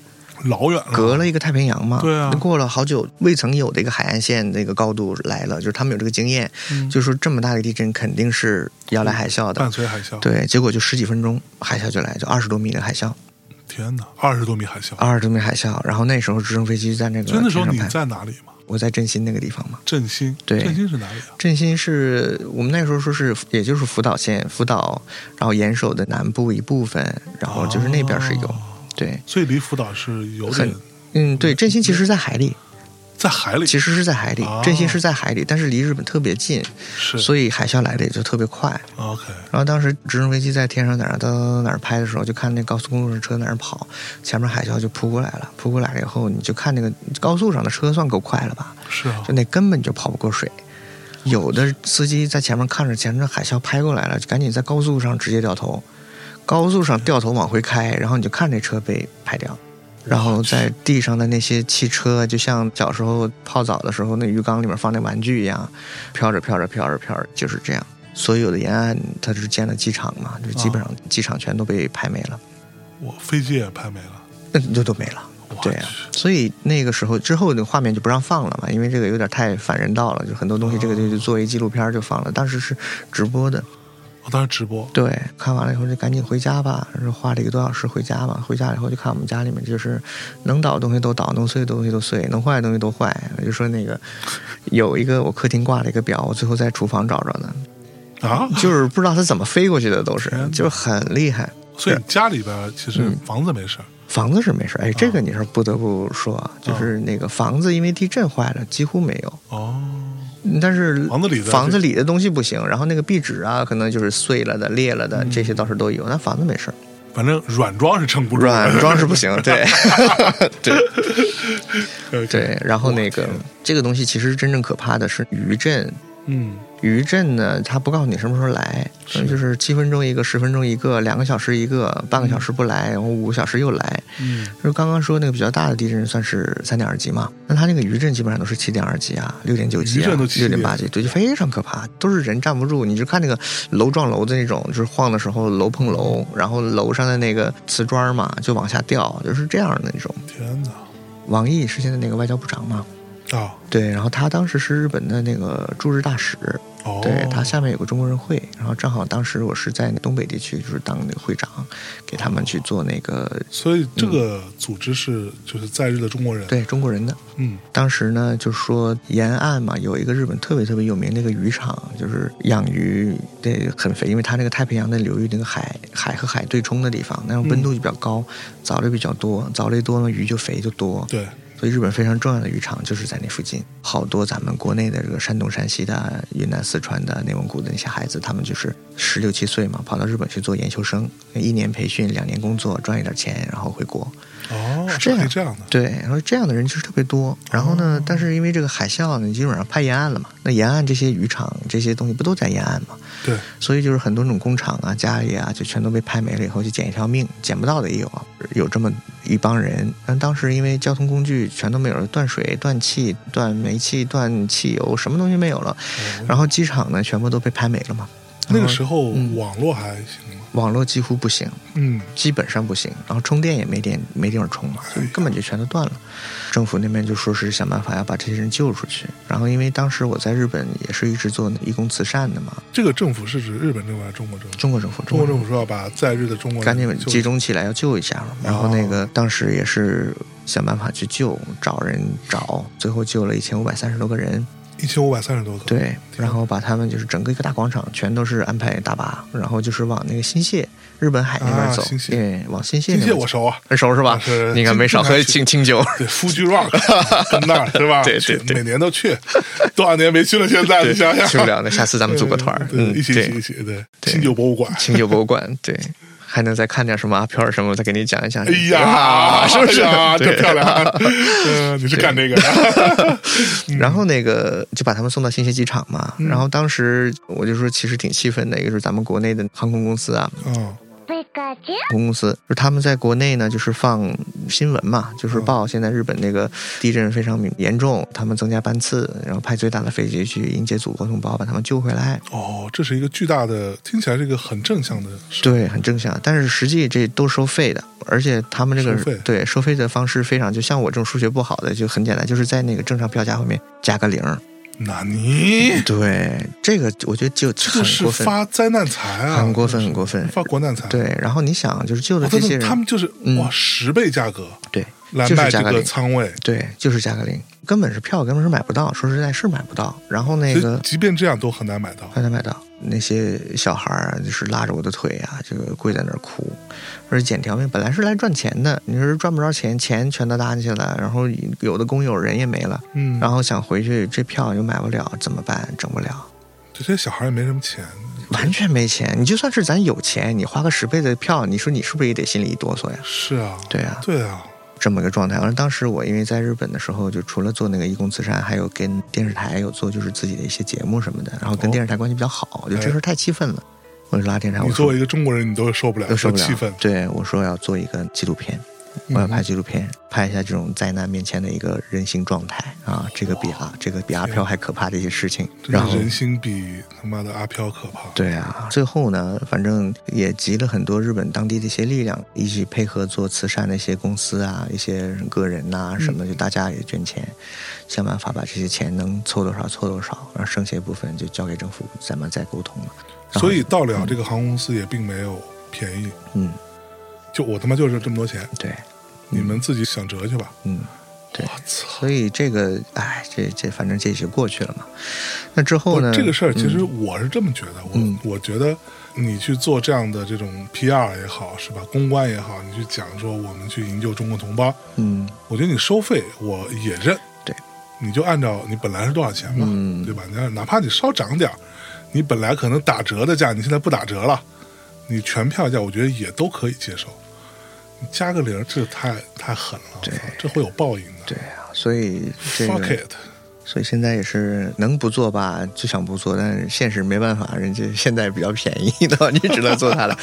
老远了，
隔了一个太平洋嘛，
对啊
过了好久未曾有的一个海岸线那个高度来了，就是他们有这个经验，
嗯
就说这么大的地震肯定是要来海啸的
伴，随海啸，
对，结果就十几分钟海啸就来，就二十多米的海啸，
天哪，二十多米海啸！
二十多米海啸，然后那时候直升飞机在那个
所以那时候
天
你
上拍
在哪里嘛？
我在振兴那个地方嘛，
振兴，
对
振兴是哪里啊？
振兴是我们那时候说是，也就是福岛县福岛，然后岩手的南部一部分，然后就是那边是有，
哦
对，
所以离福岛是有点
很嗯，对，振兴其实在海里，
在海里，
其实是在海里
哦，
振兴是在海里，但是离日本特别近，
是
所以海啸来的也就特别快。
OK，
然后当时直升飞机在天上哪儿到哪儿拍的时候，就看那高速公路上车在那儿跑，前面海啸就扑过来了。扑过来了以后，你就看那个高速上的车算够快了吧？
是啊
就，那根本就跑不过水。有的司机在前面看着前面海啸拍过来了，就赶紧在高速上直接掉头，高速上掉头往回开，然后你就看这车被拍掉。然后在地上的那些汽车，就像小时候泡澡的时候那鱼缸里面放那玩具一样，飘着飘着飘着飘着，就是这样。所有的沿岸它是建了机场嘛，就基本上机场全都被拍没了，
我飞机也拍没了，
那就都没了。
我
对啊，所以那个时候之后，那个画面就不让放了嘛，因为这个有点太反人道了，就很多东西这个就就作为纪录片儿就放了。当时是直播的，
我哦当时直播，
对，看完了以后就赶紧回家吧，然后花了一个多小时回家嘛。回家以后就看我们家里面就是能倒的东西都倒，能碎的东西都碎，能坏的东西都坏。就说那个有一个我客厅挂了一个表，我最后在厨房找着的，
啊，
就是不知道它怎么飞过去的，都是
天哪
就是很厉害。
所以你家里边其实
嗯
房子没事儿，
房子是没事，
啊
哎，这个你是不得不说，啊、就是那个房子因为地震坏了，几乎没有。
哦，
但是
房子里的
房子里的东西不行，然后那个壁纸啊，可能就是碎了的、裂了的，这些倒是都有。那房子没事儿，
反正软装是撑不住的，
软装是不 行，对，对
OK，
对。然后那个这个东西其实真正可怕的是余震，
嗯，
余震呢，它不告诉你什么时候来，
是
嗯就是七分钟一个，十分钟一个，两个小时一个，半个小时不来，然后五个小时又来。
嗯，
就是刚刚说那个比较大的地震算是三点二级嘛，那它那个余震基本上都是七点二级啊，六点九级
余
啊
震都，
六
7.2
点八级，对，就非常可怕，都是人站不住。你就看那个楼撞楼的那种，就是晃的时候楼碰楼，然后楼上的那个瓷砖嘛就往下掉，就是这样的那种。
天哪，
王毅是现在那个外交部长嘛，
啊，
对，然后他当时是日本的那个驻日大使，
哦，
对他下面有个中国人会，然后正好当时我是在东北地区，就是当那个会长，给他们去做那个
所以这个组织是就是在日的中国人，，
对中国人的。
嗯，
当时呢，就说沿岸嘛，有一个日本特别特别有名的一个渔场，就是养鱼，对，很肥，因为它那个太平洋的流域那个海海和海对冲的地方，那种温度就比较高，藻类比较多，藻类多呢，鱼就肥就多。
对，
所以日本非常重要的渔场就是在那附近，好多咱们国内的这个山东、山西的、云南、四川的、内蒙古的那些孩子，他们就是十六七岁嘛，跑到日本去做研修生，一年培训，两年工作，赚一点钱，然后回国。
哦，
是
是
这
可以
样
这样的，
对，然后这样的人其实特别多。然后呢，但是因为这个海啸呢，基本上拍沿岸了嘛，那沿岸这些渔场这些东西不都在沿岸嘛，
对，
所以就是很多那种工厂啊、家里啊，就全都被拍没了以后，就捡一条命，捡不到的也有啊，有这么一帮人。但当时因为交通工具全都没有了，断水、断气、断煤气、断汽油，什么东西没有了。
哦
然后机场呢，全部都被拍没了嘛。
那个
嗯
时候
嗯
网络还行吗？
网络几乎不行，
嗯，
基本上不行，然后充电也没电，没地方充嘛，
哎
就
呀
根本就全都断了。政府那边就说是想办法要把这些人救出去。然后因为当时我在日本也是一直做义工慈善的嘛，
这个政府是指日本政府还是中国政府？
中国政府，
中国政
府
府说要把在日的中国人
赶紧
就
集中起来要救一下嘛。然后
哦
那个当时也是想办法去救，找人找，最后救了一千五百三十多个人。
一千五百三十多个，，
对，然后把他们就是整个一个大广场全都是安排大巴，然后就是往那个新泻日本海那
啊
边走
新泻，
对，往新泻
这
那
些
边
我
走。
熟啊，
很熟是吧
是？啊
你看
经
没少
经常
喝
去
清清酒。
对，夫君 rock 跟那儿对吧？
对对
去
对
每年都去，多少年没去了，现在你想想，
去不了，那下次咱们组个团儿，
对
嗯，
一起一起一
对，
起，对，
对
清酒博物馆，
清酒博物馆，对，还能再看点什么阿飘什么，我再给你讲一讲。
哎呀，
啊是不是
哎呀？这
对
漂 亮啊！嗯，你是干这个 的？
然后那个就把他们送到新泻机场嘛，
嗯
然后当时我就说其实挺气愤的，一个是咱们国内的航空公司啊，
嗯，
Pikachu,
航空公司就是他们在国内呢就是放新闻嘛，就是
哦
报现在日本那个地震非常严重，他们增加班次，然后派最大的飞机去迎接祖国同胞，把他们救回来。
哦，这是一个巨大的，听起来是一个很正向的事。
对，很正向。但是实际这都收费的，而且他们这个
收费
对收费的方式非常，就像我这种数学不好的就很简单，就是在那个正常票价后面加个零儿。
那你
对，这个我觉得就
嗯这
很
个是
过分，
发灾难财啊，
很过分，很过分。
发国难财。
对，然后你想，就是救
哦，
的
他
这些
们
人，
他们就是
嗯
哇，十倍价格
对
来
就是
卖
加
这
个
个
零
仓位。
对，就是加个零，根本是票根本是买不到，说实在是买不到。然后那
所
个
以即便这样都很难买到。
快点买到。那些小孩儿啊，就是拉着我的腿啊，这个跪在那儿哭，而且捡条命。本来是来赚钱的，你说赚不着钱，钱全都搭进去了，然后有的工友人也没了，
嗯，
然后想回去，这票又买不了，怎么办？整不了，
这些小孩也没什么钱，
完全没钱。你就算是咱有钱，你花个十倍的票，你说你是不是也得心里一哆嗦呀？
是啊，
对啊，
对啊，
这么一个状态。而当时我因为在日本的时候，就除了做那个义工慈善，还有跟电视台有做就是自己的一些节目什么的，然后跟
哦
电视台关系比较好，就
哎
这事儿太气愤了，我就拉电视台，
你
哎我说
作为一个中国人，你都受不了，
都受不了
气愤。
对，我说要做一个纪录片，我要
嗯
拍纪录片，拍一下这种灾难面前的一个人性状态啊，这个比阿这个比阿飘还可怕的一些事情。然
真
后
是人心比他妈的阿飘可怕。
对啊，最后呢，反正也集了很多日本当地的一些力量，一起配合做慈善的一些公司啊、一些个人呐、什么，就大家也捐钱，想办法把这些钱能凑多少凑多少，然后剩下一部分就交给政府，咱们再沟通了。然后
所以到了这个航空公司也并没有便宜，
嗯，
就我他妈就是这么多钱，
对，
你们自己想辙去吧。
嗯。对
我操！
所以这个，哎，这这反正这也就过去了嘛。那之后呢？
这个事儿其实
嗯
我是这么觉得，
嗯
我我觉得你去做这样的这种 PR 也好，是吧？公关也好，你去讲说我们去营救中国同胞，
嗯
我觉得你收费我也认。
对，
你就按照你本来是多少钱嘛，
嗯
对吧？你看，哪怕你稍涨点儿，你本来可能打折的价，你现在不打折了，你全票价，我觉得也都可以接受。你加个零儿，这太太狠了，
对
我操这会有报应的。
对啊，所以这
Fuck
个，
it！
所以现在也是能不做吧，就想不做，但是现实没办法，人家现在比较便宜的，你只能做它 了。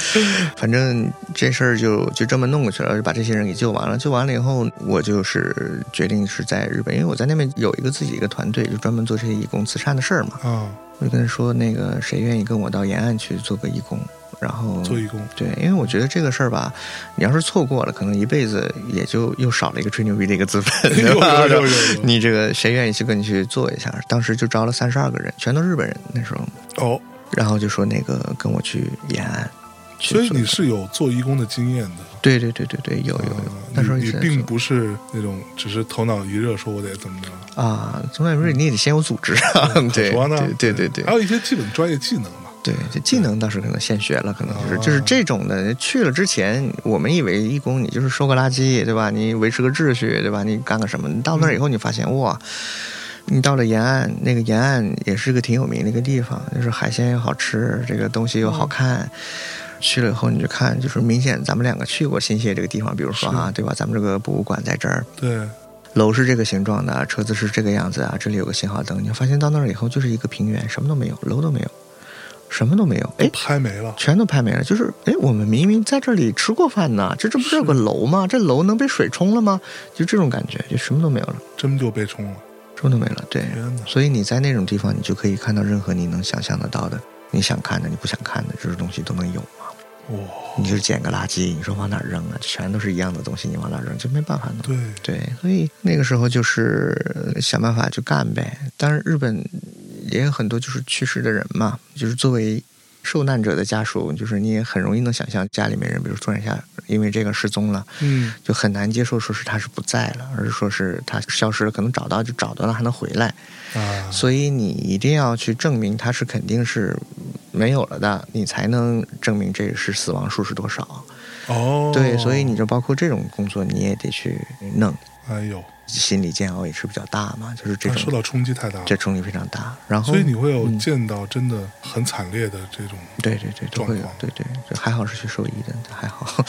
反正这事儿就就这么弄过去了，就把这些人给救完了。救完了以后，我就是决定是在日本，因为我在那边有一个自己一个团队，就专门做这些义工慈善的事儿嘛。
啊，
我就跟他说，那个谁愿意跟我到沿岸去做个义工？然后
做义工，
对，因为我觉得这个事儿吧，你要是错过了，可能一辈子也就又少了一个吹牛逼的一个资本， 对吧？
有有有有
你这个谁愿意去跟你去做一下？当时就招了三十二个人，全都日本人那时候，
哦，
然后就说那个跟我去延安去
所
做。
以你是有做义工的经验的。
对对对对对，有有有
啊，
那时候
你
以
你
前
并
做
不是那种只是头脑一热说我得怎么着，
啊，从来不是你也得先有组织啊， 对
可说呢？
对对对
还
对
有一些基本专业技能嘛。
对，这技能倒是可能现学了，可能就是
啊
就是这种的。去了之前，我们以为义工你就是收个垃圾，对吧？你维持个秩序，对吧？你干个什么？你到那儿以后，你发现哇。你到了延安，那个延安也是个挺有名的一个地方，就是海鲜又好吃，这个东西又好看。去了以后，你就看，就是明显咱们两个去过新泻这个地方，比如说啊，对吧？咱们这个博物馆在这儿，
对，
楼是这个形状的，车子是这个样子啊，这里有个信号灯，你发现到那儿以后就是一个平原，什么都没有，楼都没有，什么都没有，哎，
拍没了。
全都拍没了。就是哎，我们明明在这里吃过饭呢，这这不是有个楼吗？这楼能被水冲了吗？就这种感觉，就什么都没有了，
真就被冲了，
什么都没了。对，
天哪！
所以你在那种地方，你就可以看到任何你能想象得到的，你想看的、你不想看的，这种东西都能有啊。
哇，
你就是捡个垃圾，你说往哪儿扔啊？全都是一样的东西，你往哪儿扔，这没办法弄。
对，
对，所以那个时候就是呃想办法就干呗。当然，日本也有很多就是去世的人嘛，就是作为受难者的家属，就是你也很容易能想象家里面人，比如突然一下因为这个失踪了，
嗯，
就很难接受说是他是不在了，而是说是他消失了，可能找到就找到了还能回来。
啊，
所以你一定要去证明他是肯定是没有了的，你才能证明这是死亡数是多少。
哦，
对，所以你，就包括这种工作，你也得去弄。
哎呦，
心理煎熬也是比较大嘛，就是这
他受
种
到冲击太大了
这，冲击非常大。然后，
啊所以你会有
嗯
见到真的很惨烈的这种，
对对对都会
状
有
况，
对对，就还好是学兽医的，还 好，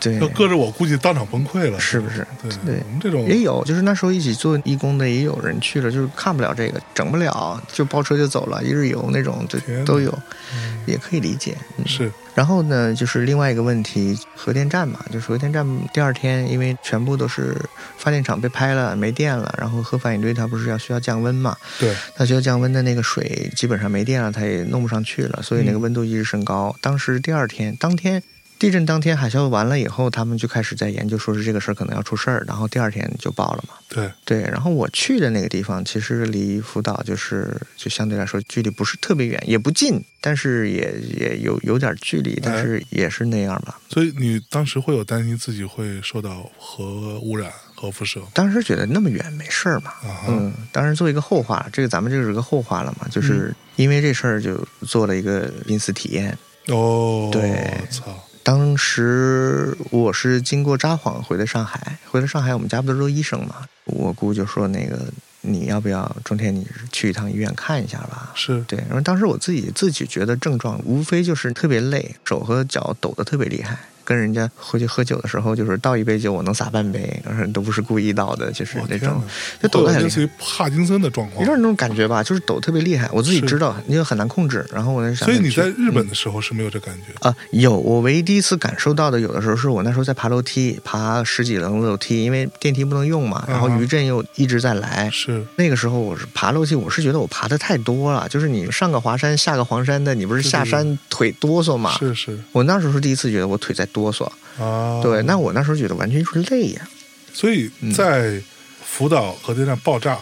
对
要，搁着我估计当场崩溃了，
嗯是不是？
对，
对
我们这种
也有，就是那时候一起做义工的也有人去了，就是看不了这个，整不了，就包车就走了，一日游那种，就
天哪
都有，
嗯
也可以理解。嗯、
是
然后呢，就是另外一个问题，核电站嘛，就是核电站第二天，因为全部都是发电厂被拍了，没电了，然后核反应堆它不是要需要降温嘛，
对，
它需要降温的那个水基本上没电了，它也弄不上去了，所以那个温度一直升高。当时第二天，当天地震当天海啸完了以后，他们就开始在研究，说是这个事儿可能要出事儿，然后第二天就爆了嘛。
对，
对，然后我去的那个地方，其实离福岛就是就相对来说距离不是特别远，也不近，但是也也有有点距离，但是也是那样吧。
所以你当时会有担心自己会受到核污染、核辐射
当时觉得那么远没事儿嘛，
啊哈，
嗯，当然做一个后话，这个咱们就是个后话了嘛，就是因为这事儿就做了一个濒死体验。
哦，
对
操，
当时我是经过札幌回的上海，回了上海，我们家不都是医生嘛，我姑就说那个你要不要中天你去一趟医院看一下吧。
是，
对，然后当时我自己自己觉得症状无非就是特别累，手和脚抖得特别厉害，跟人家回去喝酒的时候，就是倒一杯酒我能洒半杯，而且都不是故意倒的，就是
我
那
天
种就
哪，会
抖
有
得很
类
厉
似
害
于。帕金森的状
有
况。
点那种感觉吧，就是抖特别厉害，我自己
是
知道，因为很难控制。然后我就想
所
着去，
以你在日
嗯
本的时候是没有这感觉，
啊，有，我唯一第一次感受到的，有的时候是我那时候在爬楼梯，爬十几层楼梯，因为电梯不能用嘛，然后
嗯哼
余震又一直在来。
是
那个时候我是爬楼梯，我是觉得我爬的太多了，就是你上个华山下个黄山的，你不是
对对
下
对
山腿哆嗦嘛？
是是
我那时候是第一次觉得我腿在哆嗦，
啊，
对，那嗯我那时候觉得完全就是累呀、
所以在福岛核电站爆炸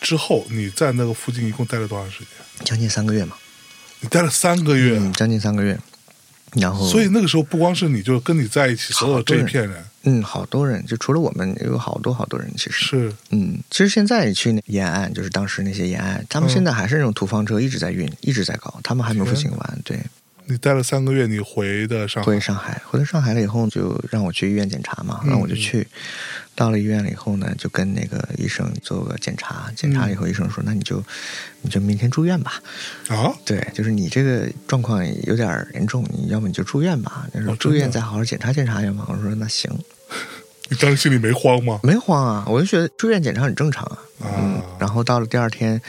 之后，你在那个附近一共待了多长时间？
将近三个月嘛，
你待了三个月，
嗯，将近三个月，然后
所以那个时候不光是你，就跟你在一起所有这一片人
嗯，好多人，就除了我们有好多好多人，其实
是
嗯，其实现在去那沿岸，就是当时那些沿岸，他们
嗯
现在还是那种土方车一直在运，一直在搞，他们还没有复
天
兴完。对，
你待了三个月，你回的上海
回上海，回到上海了以后，就让我去医院检查嘛，
嗯
那我就去。到了医院了以后呢，就跟那个医生做个检
嗯
查，检查了以后，医生说，那你就你就明天住院吧。
啊，
对，就是你这个状况有点儿严重，你要么你就住院吧。他说
哦
住
真
院
的
再好好检查检查要嘛。我说那行，
你当时心里没慌吗？
没慌啊，我就觉得住院检查很正常啊。
啊
嗯，然后到了第二天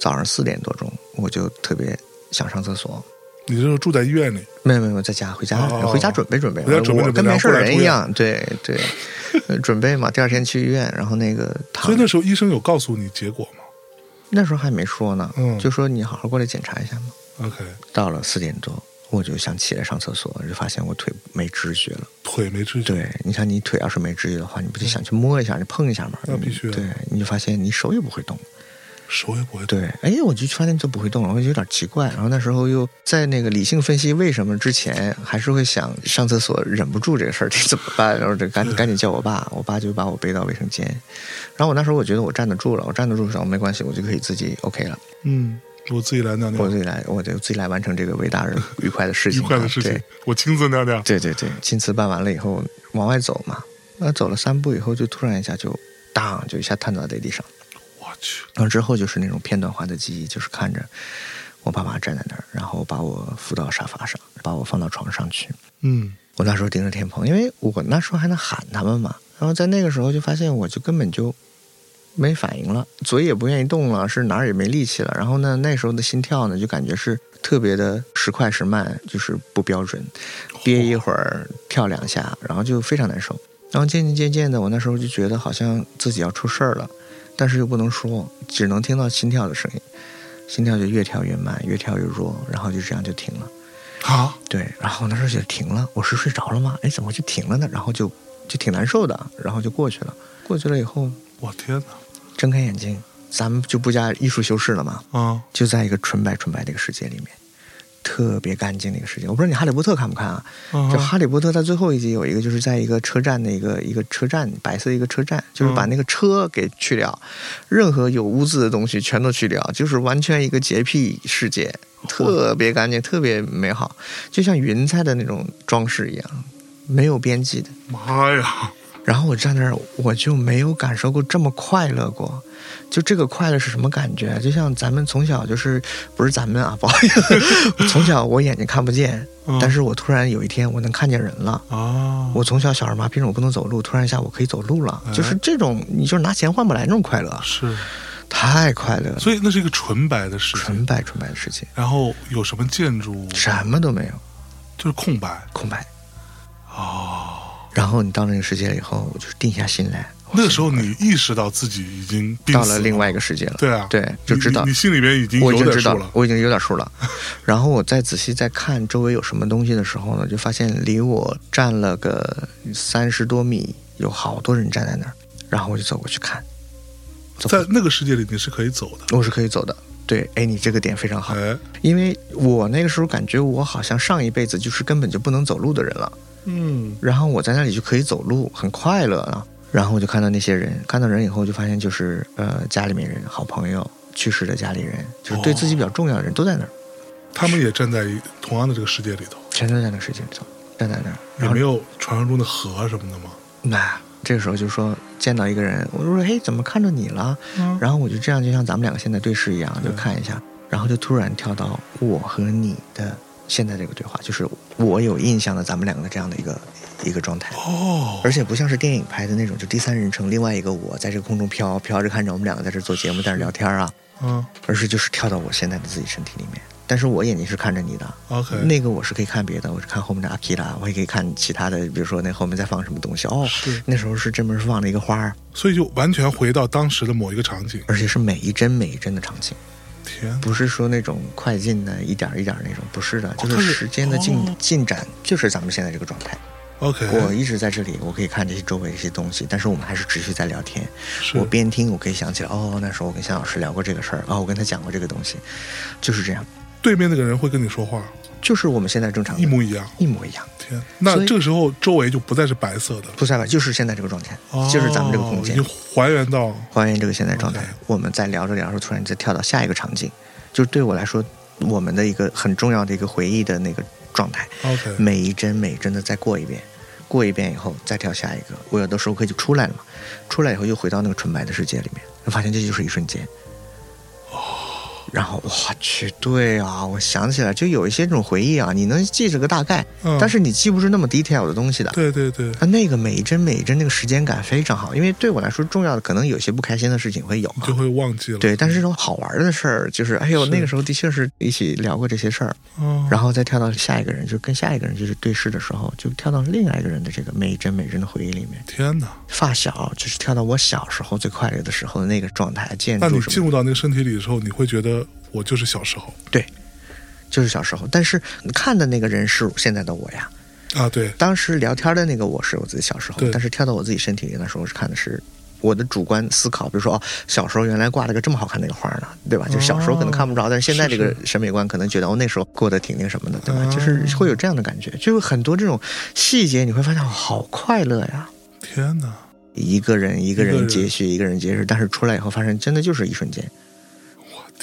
早上四点多钟，我就特别想上厕所。
你就是住在医院里，
没有没有，没有在家回家、
哦
回家准备准备，
回家准备
我
准备
跟没事
然后过来
人
住
一
院
样，对对，呃准备嘛。第二天去医院，然后那个
所
躺
以那时候医生有告诉你结果吗
那时候还没说呢，
嗯
就说你好好过来检查一下嘛。
？OK，
到了四点多，我就想起来上厕所，就发现我腿没知觉了。
腿没知觉，
对，你看你腿要是没知觉的话，你不就想去摸一下，你碰一下嘛？
嗯那必须
嗯
的
对，你就发现你手也不会动。
手也不会动。
对，哎，我就发现就不会动了，我就有点奇怪。然后那时候又在那个理性分析为什么之前，还是会想上厕所忍不住这个事儿，这怎么办？然后这赶赶紧叫我爸，我爸就把我背到卫生间。然后我那时候我觉得我站得住了，我站得住，然后没关系，我就可以自己 OK 了，
嗯，我自己来尿
我
尿，
自己来，我就自己来完成这个伟大 而愉快的事
愉
情啊。
快的事情，我亲自尿尿。
对对对对，亲自办完了以后往外走嘛，那走了三步以后，就突然一下就当就一下瘫倒在地上。
我去，
然后之后就是那种片段化的记忆，就是看着我爸爸站在那儿，然后把我扶到沙发上，把我放到床上去。
嗯，
我那时候盯着天棚，因为我那时候还能喊他们嘛。然后在那个时候就发现，我就根本就没反应了，嘴也不愿意动了，是哪儿也没力气了。然后呢，那时候的心跳呢，就感觉是特别的时快时慢，就是不标准，憋一会儿跳两下，然后就非常难受。然后渐渐渐渐的，我那时候就觉得好像自己要出事儿了，但是又不能说，只能听到心跳的声音，心跳就越跳越慢，越跳越弱，然后就这样就停了。
啊，
对，然后那时候就停了，我是睡着了吗？哎，怎么就停了呢？然后就就挺难受的，然后就过去了。过去了以后，
我天哪！
睁开眼睛，咱们就不加艺术修饰了嘛，
啊，
就在一个纯白纯白的一个世界里面，特别干净的一个世界。我不知道你《哈利波特》看不看啊？
嗯
就《哈利波特》在最后一集有一个，就是在一个车站的一个一个车站，白色的一个车站，就是把
嗯
那个车给去掉，任何有污渍的东西全都去掉，就是完全一个洁癖世界，特别干净，特别美好，就像云彩的那种装饰一样，没有边际的。
妈呀！
然后我站那儿，我就没有感受过这么快乐过。就这个快乐是什么感觉？啊就像咱们从小就是不是咱们啊，不好意思， 从小我眼睛看不见，
嗯
但是我突然有一天我能看见人了。
啊，
我从小小儿麻痹症，我不能走路，突然一下我可以走路
嗯
了，就是这种，你就是拿钱换不来那种快乐，
是，
太快乐了，
所以那是一个纯白的世界，
纯白啊纯白的世界，
然后有什么建筑
什么都没有，
就是空白
空白。
哦。
然后你到那个世界了以后，我就定下心来，
那个时候你意识到自己已经病
到
死
了另外一个世界了，
对啊，
对，就
你
知道
你你心里边已经
我
有
已经
点
知
数
道
了，
我已经有点数了。然后我再仔细再看周围有什么东西的时候呢，就发现离我站了个三十多米，有好多人站在那儿，然后我就走过去看，走过
在那个世界里你是可以走的。
我是可以走的。对，哎，你这个点非常好，
哎，
因为我那个时候感觉我好像上一辈子就是根本就不能走路的人了，
嗯，
然后我在那里就可以走路，很快乐啊。然后我就看到那些人，看到人以后就发现就是呃家里面人、好朋友、去世的家里人，就是对自己比较重要的人都在那儿，
他们也站在一同样的这个世界里头，
全都在那个世界里头，站在那儿。
也
然后
没有传说中的河什么的吗？
那这个时候就说见到一个人，我说哎嘿怎么看着你了？
嗯
然后我就这样就像咱们两个现在对视一样，就看一下，然后就突然跳到我和你的现在这个对话，就是我有印象的咱们两个的这样的一个一个状态。
哦，
而且不像是电影拍的那种，就第三人称，另外一个我在这个空中飘飘着，看着我们两个在这做节目，在这聊天啊，
嗯
而是就是跳到我现在的自己身体里面。但是我眼睛是看着你的，
，OK，
那个我是可以看别的，我是看后面的阿基拉，我也可以看其他的，比如说那后面在放什么东西哦。
是，
那时候是这门放了一个花儿，
所以就完全回到当时的某一个场景。
而且是每一帧每一帧的场景，
天哪，
不是说那种快进的一点儿一点儿那种，不是的，就
它
是
是
时间的进、
哦
进展，就是咱们现在这个状态。
，OK，
我一直在这里，我可以看这些周围这些东西，但是我们还是持续在聊天。
是
我边听，我可以想起来，哦，那时候我跟向老师聊过这个事儿，哦，我跟他讲过这个东西，就是这样，
对面那个人会跟你说话，
就是我们现在正常的
一模一样。
一模一样，
天，那
嗯所以
这个时候周围就不再是白色的了，
不塞吧，就是现在这个状态，就是咱们这个空
哦已
间
经，还原到
还原这个现在状态
OK。
我们在聊着聊着，突然再跳到下一个场景，就是对我来说，我们的一个很重要的一个回忆的那个状态，
OK，
每一帧每一帧的再过一遍。过一遍以后，再跳下一个。我有的时候可以就出来了嘛，出来以后又回到那个纯白的世界里面，发现这就是一瞬间。
哦
然后我去，对啊，我想起来，就有一些这种回忆啊，你能记着个大概，
嗯
但是你记不住那么 detail 的东西的。
对对对，
啊，那个每一帧每一帧那个时间感非常好，因为对我来说重要的，可能有些不开心的事情会有
你
啊
就，会忘记了。
对，但是这种好玩的事儿，就是哎呦，
是
那个时候的确是一起聊过这些事儿，
嗯，
然后再跳到下一个人，就跟下一个人就是对视的时候，就跳到另外一个人的这个每一帧每一帧的回忆里面。
天哪，
发小就是跳到我小时候最快乐的时候的那个状态，建
那
筑
你
什
进
么的，
入到那个身体里的时候，你会觉得我就是小时候。
对，就是小时候。但是看的那个人是现在的我呀，
啊，对，
当时聊天的那个我是我自己小时候
对，
但是跳到我自己身体里的时候是看的是。我的主观思考，比如说哦，小时候原来挂了个这么好看的一个花呢，对吧？就小时候可能看不着，但是现啊在这个审美观可能觉得哦，那时候过得挺那什么的，对吧？
哦
就是会有这样的感觉，就是很多这种细节，你会发现哦好快乐呀，
天哪，
一个人一个
一个
人
人
接续，一个人接续，但是出来以后发现真的就是一瞬间。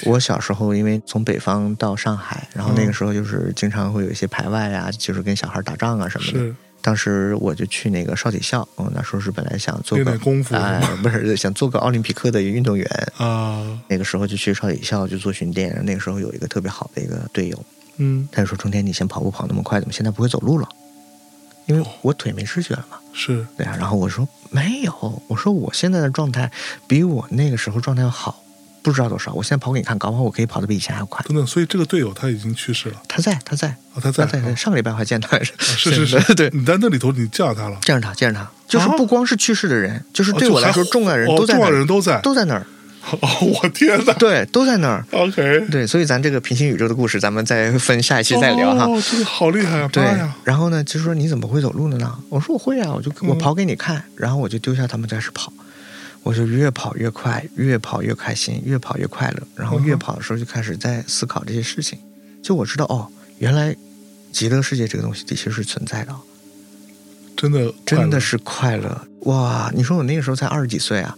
我小时候因为从北方到上海，然后那个时候就是经常会有一些排外啊，就是跟小孩打仗啊什么的。
是
当时我就去那个少体校，我那时候是本来想做
练
个
点功夫
哎，不是想做个奥林匹克的运动员。
啊，
那个时候就去少体校就做巡店，那个时候有一个特别好的一个队友，
嗯，
他就说：“中天，你以前跑步跑那么快，怎么现在不会走路了？因为我腿没知觉了嘛。”
是
对啊，然后我说没有，我说我现在的状态比我那个时候状态要好，不知道多少。我现在跑给你看，搞不好我可以跑得比以前还快。
等等，所以这个队友他已经去世了，
他在，他在，
啊，他在
他，在，
啊
上个礼拜我还见他，
是是
真的
是，
对，
你在那里头你见到他了，
见着他，见着他，就是
啊
不光是去世的人，就是
哦
对
就
我来
还
说重要的人
哦
都在
重
那
要
儿，
人都在，
都在那儿，
哦，我天哪
对，都在那儿，
，OK，
对，所以咱这个平行宇宙的故事，咱们再分下一期再聊哈。
哦，这个好厉害啊，妈
对
呀，，
然后呢，就说你怎么会走路的呢？我说我会啊，我就我
嗯
跑给你看，然后我就丢下他们就开始跑，我就越跑越快，越跑越开心，越跑越快乐，然后
嗯哼
越跑的时候就开始在思考这些事情，就我知道哦，原来极乐世界这个东西的确是存在的哦，
真的
真的
快
是快乐哇！你说我那个时候才二十几岁啊，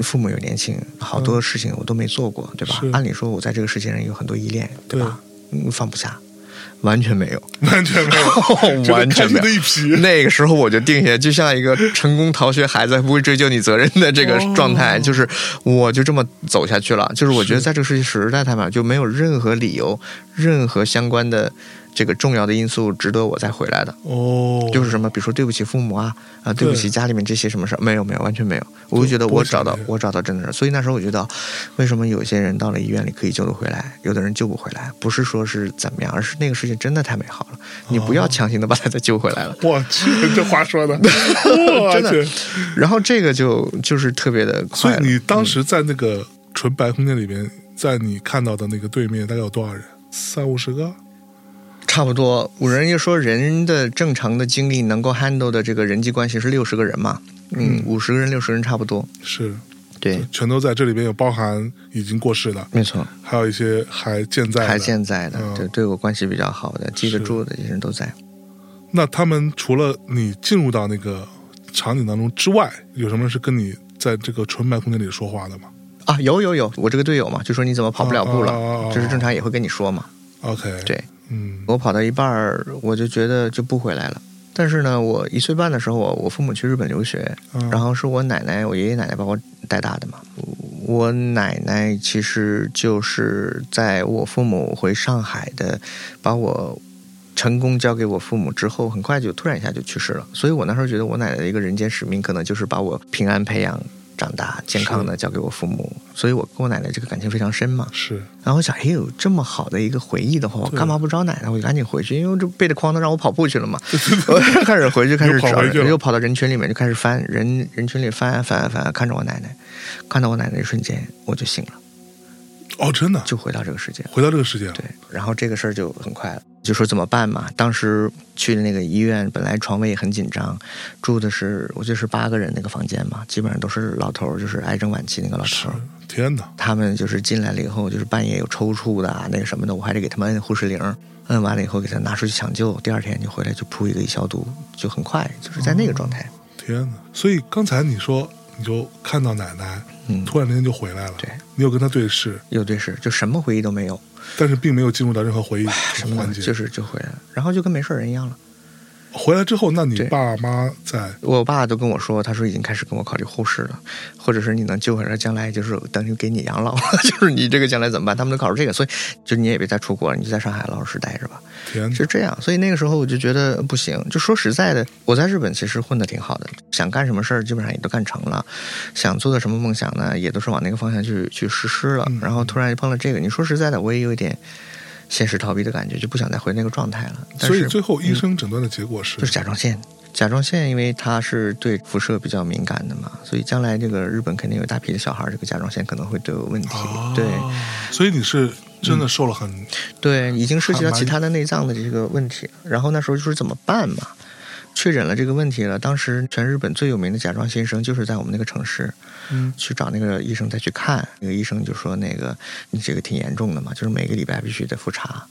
父母又年轻，好多事情我都没做过，对吧
嗯是？
按理说我在这个世界上有很多依恋，对
对
吧？嗯，放不下，完全没有。
乐 完全没有，
完全没有
真的开心的 一批，
那个时候我就定下，就像一个成功逃学孩子不会追究你责任的这个状态，
哦
就是我就这么走下去了。就是我觉得
是
在这个世时代上面，就没有任何理由、任何相关的这个重要的因素值得我再回来的。
哦，
就是什么，比如说对不起父母啊，啊，对不起家里面这些什么事儿，没有没有，完全没有。我就觉得
不
我
会
找
想
到
这些
我找到真的人，所以那时候我觉得，为什么有些人到了医院里可以救得回来，有的人救不回来，不是说是怎么样，而是那个事情真的太美好了，你不要
哦
强行的把它再救回来了。
我去，这话说 的，我
真的
去，
然后这个就就是特别的
所
快
以
乐。
你当
嗯
时在那个纯白空间里面，在你看到的那个对面大概有多少人？三五十个？
差不多，我人家说人的正常的精力能够 handle 的这个人际关系是六十个人嘛，嗯，五十个人六十个人差不多，
是，
对，
全都在这里边有包含已经过世的，
没错，
还有一些还健在的。
还健在的，
嗯
对，对我关系比较好的，记得住的这些人都在。
那他们除了你进入到那个场景当中之外，有什么人是跟你在这个纯白空间里说话的吗
啊，有有有，我这个队友嘛，就说你怎么跑不了步了，
哦哦哦哦
就是正常也会跟你说嘛。
？OK，
对，
嗯，
我跑到一半儿，我就觉得就不回来了。但是呢，我一岁半的时候，我我父母去日本留学，
嗯
然后是我奶奶、我爷爷奶奶把我带大的嘛。我奶奶其实就是在我父母回上海的，把我成功交给我父母之后，很快就突然一下就去世了。所以我那时候觉得我奶奶的一个人间使命，可能就是把我平安培养长大，健康的交给我父母。所以我跟我奶奶这个感情非常深嘛。
是
然后我想，哎呦，这么好的一个回忆的话，我
对
干嘛不找奶奶？我就赶紧回去，因为这背着筐子让我跑步去 了嘛。我 就开始回去，开始
又跑
找
回去
人，
了
又跑到人群里面就开始翻人人群里翻啊翻啊翻啊，看着我奶奶，看到我奶奶一瞬间我就醒了，
哦，真的
就回到这个世界了。
回到这个世界了。
对，然后这个事儿就很快了，就说怎么办嘛？当时去的那个医院，本来床位也很紧张，住的是我记得是八个人那个房间嘛，基本上都是老头儿，就是癌症晚期那个老
是
头儿。，
嗯天哪，
他们就是进来了以后，就是半夜有抽搐的啊，那个什么的，我还得给他们摁护士铃儿，摁完了以后给他拿出去抢救，第二天就回来就铺一个一消毒，就很快，就是在那个状态。
天哪！所以刚才你说你就看到奶奶，
嗯，
突然之间就回来了，
对
你有跟她对视，
有对视，就什么回忆都没有，
但是并没有进入到任何回忆
哎什么
环
都
节。
就是就回来了，然后就跟没事人一样了。
回来之后，那你
对
爸妈在
我爸都跟我说，他说已经开始跟我考虑后事了，或者是你能救回来，将来就是等于给你养老了， 就是你这个将来怎么办？他们都考虑这个，所以就你也别再出国了，你就在上海老老实实待着吧。
天哪
是这样，所以那个时候我就觉得不行。就说实在的，我在日本其实混得挺好的，想干什么事儿基本上也都干成了，想做的什么梦想呢，也都是往那个方向去去实施了
嗯。
然后突然碰了这个，你说实在的，我也有一点现实逃避的感觉，就不想再回那个状态了。但
所以
是嗯
最后医生诊断的结果是，
就是甲状腺，甲状腺因为它是对辐射比较敏感的嘛，所以将来这个日本肯定有一大批的小孩儿，这个甲状腺可能会都有问题。
啊，
对，嗯
所以你是真的受了很、
对，已经涉及到
还蛮
其他的内脏的这个问题。然后那时候就是怎么办嘛？确诊了这个问题了，当时全日本最有名的甲状腺医生就是在我们那个城市，
嗯
去找那个医生再去看，那个医生就说那个你这个挺严重的嘛，就是每个礼拜必须得复查，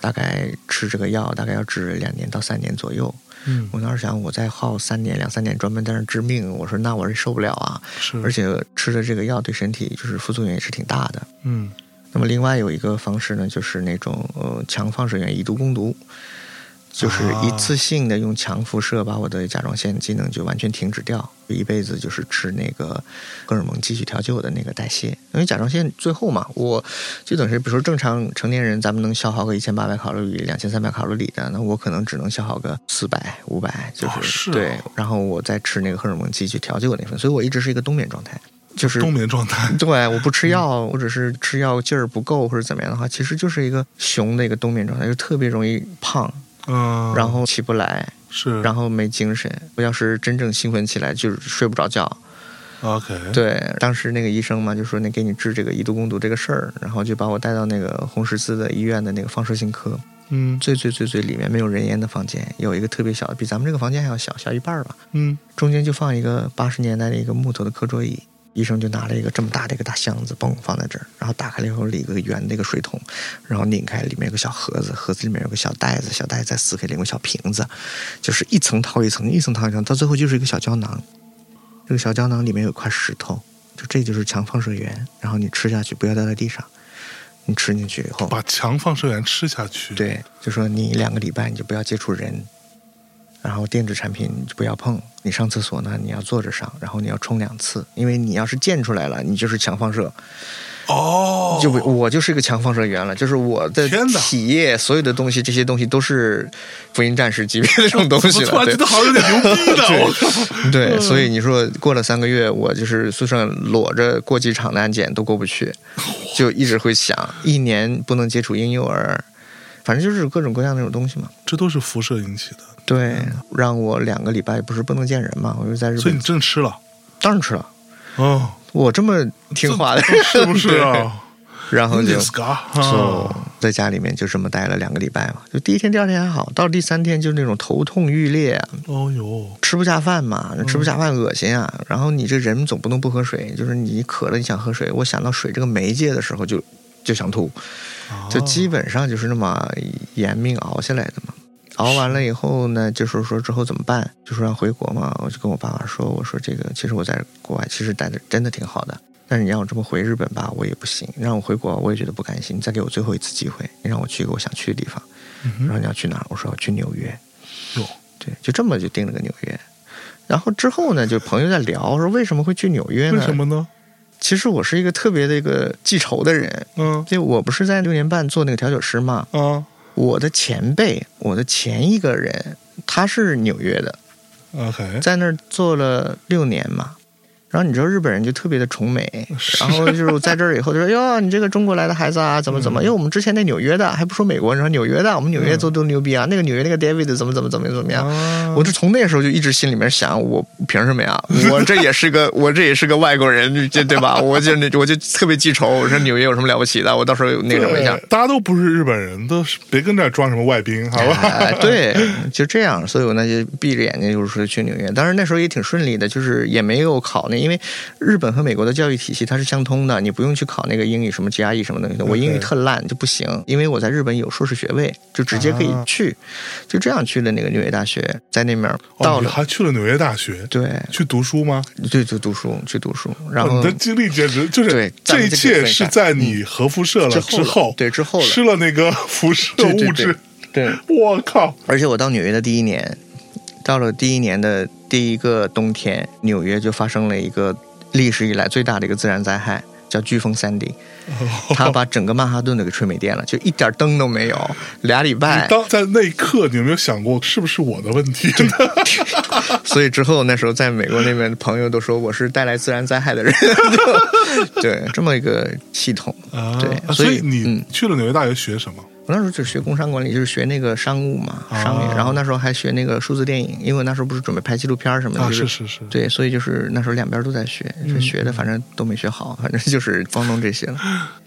大概吃这个药大概要治两年到三年左右。
嗯
我当时想，我再耗三年两三年专门在那儿治病，我说那我是受不了啊，
是，
而且吃的这个药对身体就是副作用也是挺大的。
嗯
那么另外有一个方式呢，就是那种呃强放射源以毒攻毒，就是一次性的用强辐射把我的甲状腺机能就完全停止掉，一辈子就是吃那个荷尔蒙继续调节我的那个代谢。因为甲状腺最后嘛，我就等于比如说正常成年人咱们能消耗个一千八百卡路里、两千三百卡路里的，那我可能只能消耗个四百、五百，就是,、
哦是啊
对，然后我再吃那个荷尔蒙剂去调节我那份，所以我一直是一个冬眠状态。就是
冬眠状态，
对，我不吃药，或者是吃药劲儿不够，或者怎么样的话，其实就是一个熊的一个冬眠状态，就特别容易胖，
嗯，
然后起不来，
是，
然后没精神。我要是真正兴奋起来，就是睡不着觉。
后 OK，，
对，当时那个医生嘛，就说那给你治这个一度攻毒这个事儿，然后就把我带到那个红十字的医院的那个放射性科，
嗯
最最最最里面没有人烟的房间，有一个特别小的，比咱们这个房间还要小，小一半儿吧。
嗯，
中间就放一个八十年代的一个木头的课桌椅。医生就拿了一个这么大的一个大箱子，嘣放在这儿，然后打开了以后里有个圆的一个水桶，然后拧开里面有个小盒子，盒子里面有个小袋子，小袋子再撕开里面有个小瓶子，就是一层套一层，一层套一层，到最后就是一个小胶囊。这个小胶囊里面有一块石头，就这就是强放射源，然后你吃下去不要掉在地上，你吃进去以后，
把强放射源吃下去，，
对，就说你两个礼拜你就不要接触人，然后电子产品你就不要碰。你上厕所呢，你要坐着上，然后你要冲两次，因为你要是溅出来了，你就是强放射，
哦，
就不我就是一个强放射源了，就是我的
天哪
体液所有的东西，这些东西都是福音战士级别的这种东
我
西
突
了，
然
对
觉得好像有点牛逼呢，我 靠，
对，所以你说过了三个月，我就是宿舍裸着过机场的安检都过不去，就一直会想，一年不能接触婴幼儿，反正就是各种各样那种东西嘛。
这都是辐射引起的，
对，让我两个礼拜不是不能见人嘛，我就在日
嗯所以
本
你，真吃了，
当然吃了，
哦，
我这么听话的，
是不是啊？
然后就
你 scar
就
啊，
在家里面就这么待了两个礼拜嘛，就第一天、第二天还好，到第三天就是那种头痛欲裂，啊
哦呦，
吃不下饭嘛，
嗯
吃不下饭恶心啊。然后你这人总不能不喝水，就是你渴了你想喝水，我想到水这个媒介的时候就就想吐，
啊
就基本上就是那么延命熬下来的嘛。熬完了以后呢，就是说之后怎么办？就说要回国嘛，我就跟我爸爸说，我说这个其实我在国外其实待的真的挺好的，但是你让我这么回日本吧，我也不行；让我回国我也觉得不甘心。你再给我最后一次机会，你让我去一个我想去的地方。
嗯
然后
哼
你要去哪儿？我说我去纽约。
哟，
对，就这么就定了个纽约。然后之后呢，就朋友在聊说为什么会去纽约
为
呢？
什么呢？
其实我是一个特别的一个记仇的人，
嗯
就我不是在六年半做那个调酒师嘛，
啊
我的前辈，我的前一个人，他是纽约的，
，OK，
在那儿做了六年嘛。然后你知道日本人就特别的崇美，然后就是在这儿以后就说哟，你这个中国来的孩子啊，怎么怎么？因为我们之前那纽约的还不说美国，你说纽约的，我们纽约做多牛逼啊，那个纽约那个 David 怎么怎么怎么怎么样？
啊
我是从那时候就一直心里面想，我凭什么呀？我这也是个 我这也是个外国人，这对吧？我就我就特别记仇，我说纽约有什么了不起的？我到时候有那个什么一下
对。大家都不是日本人，都是别跟这儿装什么外宾，好吧？
哎，对，就这样，所以我那就闭着眼睛就是说去纽约。当然那时候也挺顺利的，就是也没有考那，因为日本和美国的教育体系它是相通的，你不用去考那个英语什么 GRE 什么东西的。我英语特烂就不行，因为我在日本有硕士学位，就直接可
啊
以去，就这样去了那个纽约大学，在那面儿
哦
到
你
了，
还去了纽约大学
对
去读书吗？
对，就读书去读书，然
哇
后
哦你的经历简直就是
对，
这一
咱们这
切
个嗯
是在你核辐射了
之后
之
了
后，
对之后了
吃了那个辐射
对对对
物质，
对。
我靠！
而且我到纽约的第一年，到了第一年的第一个冬天，纽约就发生了一个历史以来最大的一个自然灾害，叫飓风三 D，它把整个曼哈顿都给吹没电了，就一点灯都没有，俩礼拜。
当在那一刻，你有没有想过是不是我的问题呢？
所以之后那时候在美国那边的朋友都说我是带来自然灾害的人，就对，这么一个系统。
啊
对
所
所以
啊以你
嗯
去了纽约大学学什么？
我那时候就学工商管理，就是学那个商务嘛，
啊
商业。然后那时候还学那个数字电影，因为那时候不是准备拍纪录片儿什么的，
啊，
就是
是是，
对，所以就是那时候两边都在学，
嗯
学的反正都没学好，反正就是光弄这些了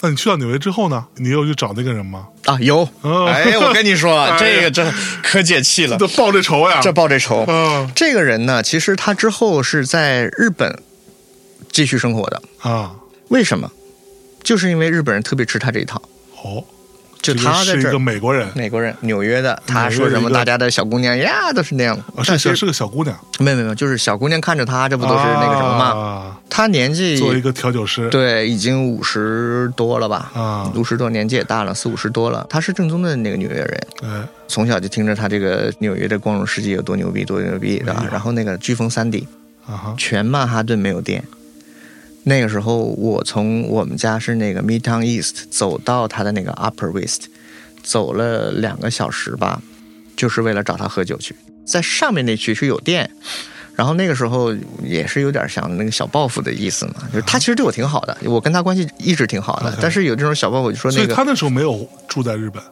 那你去到纽约之后呢？你又去找那个人吗？
啊。有，
哦
哎，我跟你说，
哎呀
这个这可解气了，
这报这仇呀！
这报这仇。
嗯
这个人呢，其实他之后是在日本继续生活的，
啊
为什么？就是因为日本人特别吃他这一套，
哦，
就
这个
他在
是一
这
个
儿。
美国人
美国人，纽约的，他
纽约
说
的
什么
一个
大家的小姑娘呀都是那样，
啊，
但
是
其实
是是个小姑娘，
没有没有，没有就是小姑娘看着他，这不都是那个什么吗？
啊
他年纪
作为一个调酒师，
对，已经五十多了吧？
啊，
五十多，年纪也大了，四五十多了。他是正宗的那个纽约人，
哎，
从小就听着他这个纽约的光荣事迹有多牛逼，多牛逼，对吧
哎？呦
然后那个飓风三 D，
啊哈，
全曼哈顿没有电。那个时候，我从我们家是那个 Midtown East 走到他的那个 Upper West，走了两个小时吧，就是为了找他喝酒去。在上面那区是有电，然后那个时候也是有点想那个小报复的意思嘛，就是他其实对我挺好的，我跟他关系一直挺好的
OK，
但是有这种小报复，我就说
所
那
以
个
他那时候没有住在日本，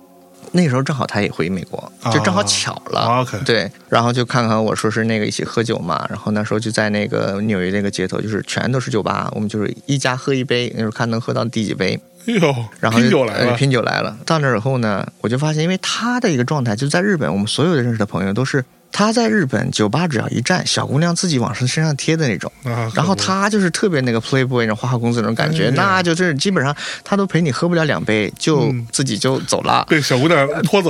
那个时候正好他也回美国，
啊
就正好巧了。
啊，OK
对，然后就看看我说是那个一起喝酒嘛，然后那时候就在那个纽约那个街头，就是全都是酒吧，我们就是一家喝一杯，那时候看能喝到第几杯，
哎呦，
然后就
拼酒来
呃
了，
拼酒来了。到那儿以后呢，我就发现，因为他的一个状态，就在日本，我们所有的认识的朋友都是他在日本酒吧只要一站，小姑娘自己往身身上贴的那种。
啊
然后
可不
他就是特别那个 playboy 那种花花公子那种感觉，
哎呀
那就是基本上他都陪你喝不了两杯，就
嗯
自己就走了。
被小姑娘拖走了，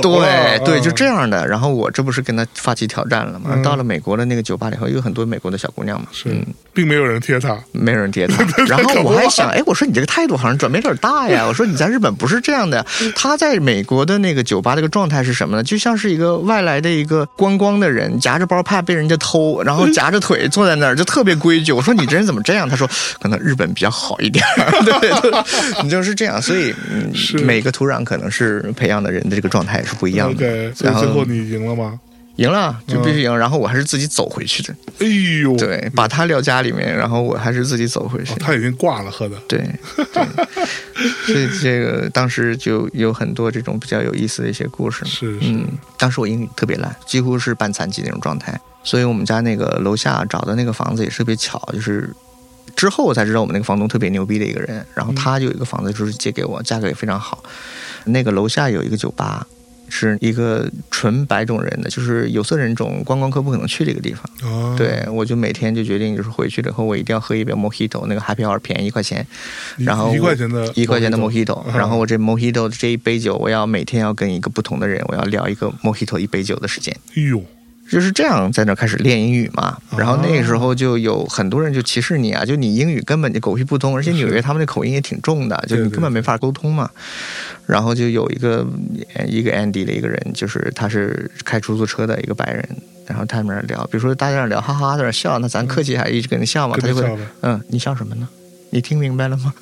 对对，
嗯
就这样的。然后我这不是跟他发起挑战了吗？
嗯
到了美国的那个酒吧里头，有很多美国的小姑娘嘛，嗯
是，并没有人贴他，
没人接 他。然后我还想，哎，我说你这个态度好像转变有点大呀。我说你在日本不是这样 的，
嗯
他在美国的那个酒吧这个状态是什么呢？就像是一个外来的一个观光的人，夹着包怕被人家偷，然
嗯
后夹着腿坐在那儿，就特别规矩。我说你这人怎么这样？他说可能日本比较好一点， 对对，你就是这样。所以、嗯
是
每个土壤可能是培养的人的这个状态是不一样的。
OK，所以
然后
最后你赢了吗？
赢了就
嗯
必须赢，然后我还是自己走回去的，
哎呦，
对，把他撂家里面，然后我还是自己走回去
哦，，他已经挂了，喝的，
对，对 所以这个当时就有很多这种比较有意思的一些故事嘛。
是是
嗯，当时我英语特别烂，几乎是半残疾那种状态，所以我们家那个楼下找的那个房子也是特别巧，就是之后我才知道我们那个房东特别牛逼的一个人，然后他就有一个房子就是借给我，价格也非常好。那个楼下有一个酒吧，是一个纯白种人的，就是有色人种观光客不可能去的一个地方。嗯
啊，，
对，我就每天就决定，就是回去了以后，我一定要喝一杯 Mojito，那个 Happy Hour 便宜一块钱，然后
一
我
块钱的
一块钱的 Mojito，
嗯
然后我这 Mojito 这一杯酒，我要每天要跟一个不同的人，我要聊一个 Mojito 一杯酒的时间，
哎呦，
就是这样在那开始练英语嘛。
哦
然后那个时候就有很多人就歧视你啊，就你英语根本就狗屁不通，而且纽约他们的口音也挺重的，就
对
你
对
根本没法沟通嘛。然后就有一个一个 Andy 的一个人，就是他是开出租车的一个白人。然后他们在那聊，比如说大家在那聊，哈哈，在那笑，那
嗯
咱客气还一直跟他笑嘛，他
跟
就
着
会
笑呗，
嗯，你笑什么呢？你听明白了 吗？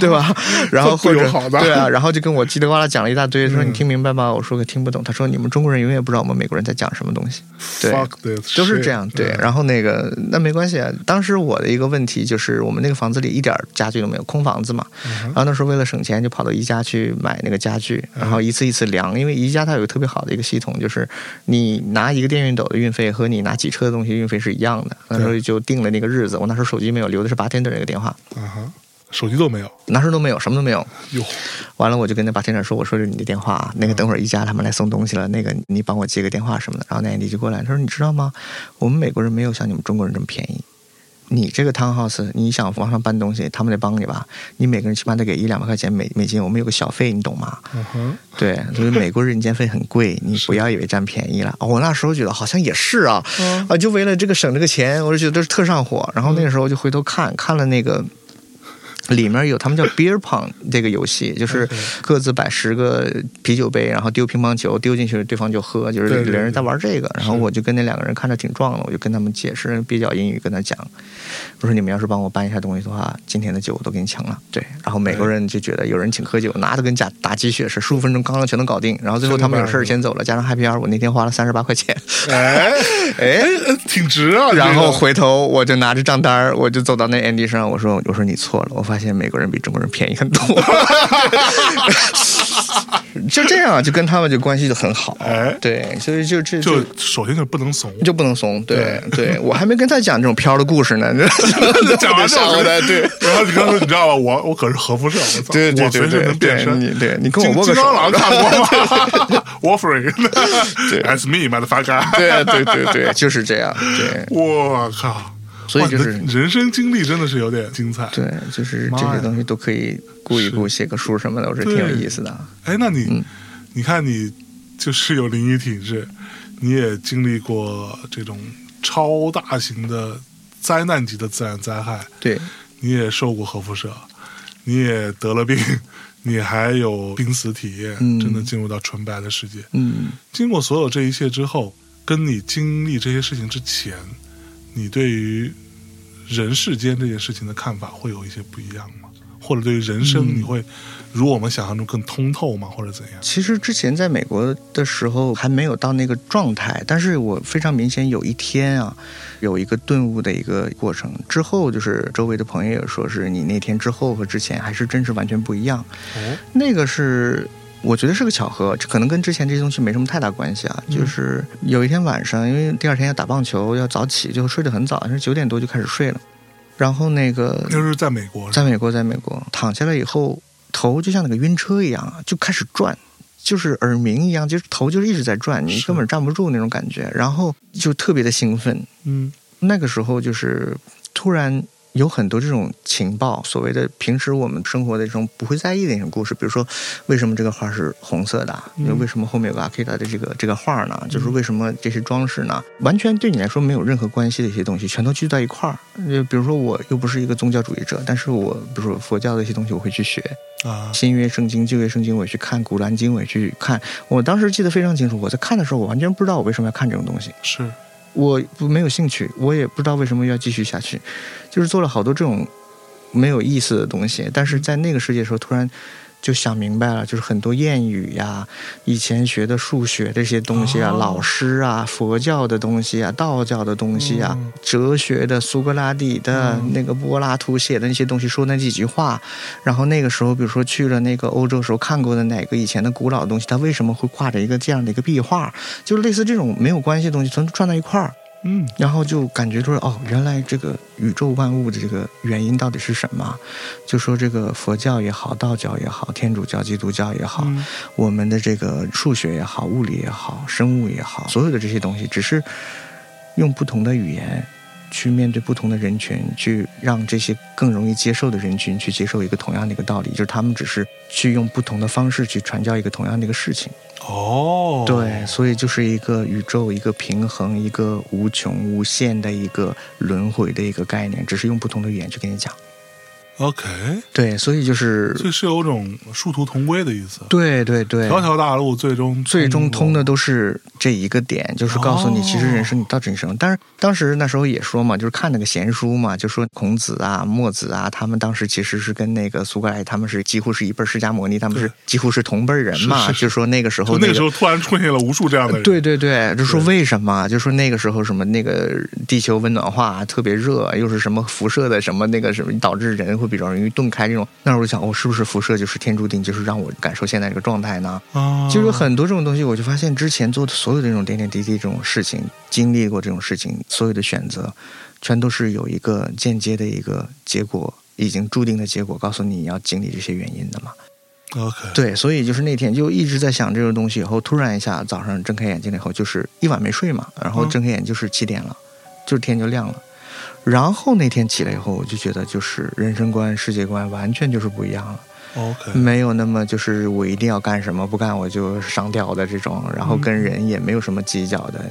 对吧？然后或
这不
者
友好嗯吧
对啊，然后就跟我叽里呱啦讲了一大堆，说你听明白吗？我说个听不懂。他说你们中国人永远不知道我们美国人在讲什么东西，对
Fuck this，
都是这样。
shit 嗯
对，然后那个那没关系啊。当时我的一个问题就是，我们那个房子里一点家具都没有，空房子嘛。
嗯
然后那时候为了省钱，就跑到宜家去买那个家具，然后一次一次量，因为宜家它有个特别好的一个系统，就是你拿一个电熨斗的运费和你拿几车的东西运费是一样的。那时候就定了那个日子，我那时候手机没有，留的是 bartender 那个电话，
啊哈，手机都没有，
那时候都没有，什么都没有。
哟，
完了，我就跟那 bartender 说，我说这是你的电话啊，那个等会儿宜家他们来送东西了，那个你帮我接个电话什么的。然后那 Andy 就过来，他说你知道吗？我们美国人没有像你们中国人这么便宜。你这个 townhouse，你想往上搬东西，他们得帮你吧？你每个人起码得给一两百块钱美美金，我们有个小费，你懂吗？
嗯哼，
对，所以美国人间费很贵，你不要以为占便宜了。哦我那时候觉得好像也是啊，
嗯
啊，就为了这个省这个钱，我就觉得这是特上火。然后那个时候就回头看看了那个。里面有他们叫 beer pong 这个游戏，就是各自摆十个啤酒杯，然后丢乒乓球丢进去，对方就喝，就是
对对
两人
对
在玩这个。然后
是
我就跟那两个人看着挺壮的，我就跟他们解释蹩脚英语，跟他讲，我说你们要是帮我搬一下东西的话，今天的酒我都给你抢了。对，然后美国人就觉得有人请喝酒，拿的跟假打鸡血似的，十五分钟刚刚全能搞定。然后最后他们有事儿先走了，加上 Happy Hour，我那天花了三十八块钱。
哎
哎，
呃挺值啊，
然
这
后
个
回头我就拿着账单儿，我就走到那 Andy 上，我说我说你错了，我发现美国人比中国人便宜很多。 就这样，就跟他们就关系就很好。
哎
对，所以就这
就
就
首先就不能怂，
就不能怂。对对，我还没跟他讲这种飘的故事呢，
讲完之
吓
后
我的，对。
然后你刚才说你知道吧，我我可是核辐射，我操，
对对
我随
对
时
对
能变
对，
身。
你对你跟我握
金
个手
金，刚狼看 过吗我 a r i
对
that's me, motherfucker。
对对对对，就是这样，对
我靠！
所以
哇你
就是
的人生经历真的是有点精彩。
对，就是
妈
这
呀
些东西都可以顾一顾，写个书什么的，我觉得挺有意思的。啊
哎，那你、
嗯
你看你就是有灵异体质，你也经历过这种超大型的灾难级的自然灾害，
对，
你也受过核辐射，你也得了病， 你还有濒死体验，
嗯
真的进入到纯白的世界。
嗯，
经过所有这一切之后，跟你经历这些事情之前，你对于人世间这件事情的看法会有一些不一样吗？或者对于人生，
嗯
你会如我们想象中更通透吗？或者怎样？
其实之前在美国的时候还没有到那个状态，但是我非常明显有一天啊，有一个顿悟的一个过程。之后就是周围的朋友也说是你那天之后和之前还是真是完全不一样。
哦，
那个是我觉得是个巧合，这可能跟之前这些东西没什么太大关系啊。
嗯
就是有一天晚上，因为第二天要打棒球，要早起，就睡得很早，是九点多就开始睡了。然后那个
那是在美国，
嗯在美国，在美国躺下来以后，头就像那个晕车一样啊，就开始转，就是耳鸣一样，就是头就是一直在转，你
是
根本站不住那种感觉。然后就特别的兴奋，
嗯
那个时候就是突然有很多这种情报，所谓的平时我们生活的这种不会在意的那种故事，比如说为什么这个花是红色的，
嗯
又为什么后面有个阿 K 的这个这个画呢？就是为什么这些装饰呢？完全对你来说没有任何关系的一些东西，全都聚在一块儿。就比如说我又不是一个宗教主义者，但是我比如说佛教的一些东西我会去学，
啊，
新约圣经、旧约圣经，我也去看《古兰经》，我也去看。我当时记得非常清楚，我在看的时候，我完全不知道我为什么要看这种东西。
是
我不没有兴趣，我也不知道为什么要继续下去，就是做了好多这种没有意思的东西。但是在那个世界的时候，突然就想明白了，就是很多谚语呀、以前学的数学这些东西啊，
哦
老师啊，佛教的东西啊，道教的东西啊，
嗯
哲学的苏格拉底的、
嗯
那个柏拉图写的那些东西，说那几句话。然后那个时候，比如说去了那个欧洲的时候看过的哪个以前的古老的东西，它为什么会挂着一个这样的一个壁画？就类似这种没有关系的东西，全都串到一块儿。
嗯
然后就感觉就是哦，原来这个宇宙万物的这个原因到底是什么？就说这个佛教也好，道教也好，天主教、基督教也好，
嗯
我们的这个数学也好，物理也好，生物也好，所有的这些东西，只是用不同的语言去面对不同的人群，去让这些更容易接受的人群去接受一个同样的一个道理，就是他们只是去用不同的方式去传教一个同样的一个事情。
哦，
对，所以就是一个宇宙、一个平衡、一个无穷无限的一个轮回的一个概念，只是用不同的语言去跟你讲。
，OK，
对，所以就是，
所以是有种殊途同归的意思，
对对对，
条条大路最终
最终通
过
的都是这一个点，就是告诉你，
嗯哦
其实人生你到底是什么。但是当时那时候也说嘛，就是看那个闲书嘛，就说孔子啊、墨子啊，他们当时其实是跟那个苏格拉底他们是几乎是一辈儿释迦摩尼，他们是
对
几乎是同辈儿人嘛。
是是是
就说那个时候
就
那
那个时候突然出现了无数这样的人，
对对对，就说为什么？就说那个时候什么那个地球温暖化啊特别热，又是什么辐射的什么那个什么导致人会比较容易顿开这种。那时候我就想，哦，是不是辐射就是天注定，就是让我感受现在这个状态呢？
啊，
就有很多这种东西，我就发现之前做的所有的这种点点滴滴这种事情，经历过这种事情，所有的选择，全都是有一个间接的一个结果，已经注定的结果，告诉你要经历这些原因的嘛。
OK，
对，所以就是那天就一直在想这个东西，以后突然一下早上睁开眼睛了以后，就是一晚没睡嘛，然后
嗯
睁开眼就是七点了，就是天就亮了。然后那天起来以后，我就觉得就是人生观、世界观完全就是不一样了，
OK，
没有那么就是我一定要干什么，不干我就上吊的这种，然后跟人也没有什么计较的。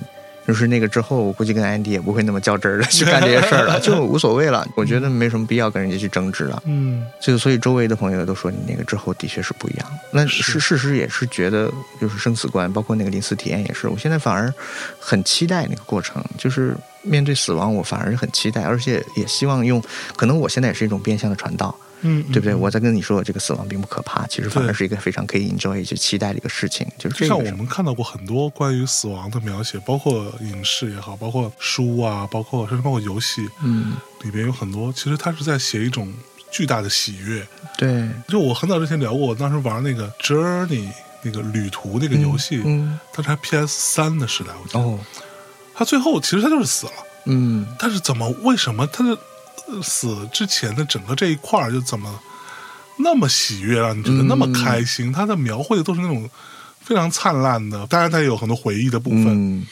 就是那个之后，我估计跟安迪也不会那么较真儿的 去干这些事儿了，就无所谓了。我觉得没什么必要跟人家去争执了。
嗯，
就所以周围的朋友都说你那个之后的确是不一样。那
是
事事实也是觉得就是生死观，包括那个临死体验也是。我现在反而很期待那个过程，就是面对死亡，我反而很期待，而且也希望用。可能我现在也是一种变相的传道，
嗯，
对不对？
嗯
我在跟你说这个死亡并不可怕，其实反而
对
是一个非常可以 enjoy 去期待的一个事情。就是
就
这
像
个
我
是
们看到过很多关于死亡的描写，包括影视也好，包括书啊，包括甚至包括游戏
嗯，
里边有很多，其实它是在写一种巨大的喜悦。
对，
就我很早之前聊过，我当时玩那个 Journey 那个旅途那个游戏，
嗯
当时还 PS 三的时代，我记得、
哦，
他最后其实他就是死了，
嗯
但是怎么为什么他的呃死之前的整个这一块儿就怎么那么喜悦啊？你觉得
嗯
那么开心？他的描绘的都是那种非常灿烂的，当然他也有很多回忆的部分，
嗯，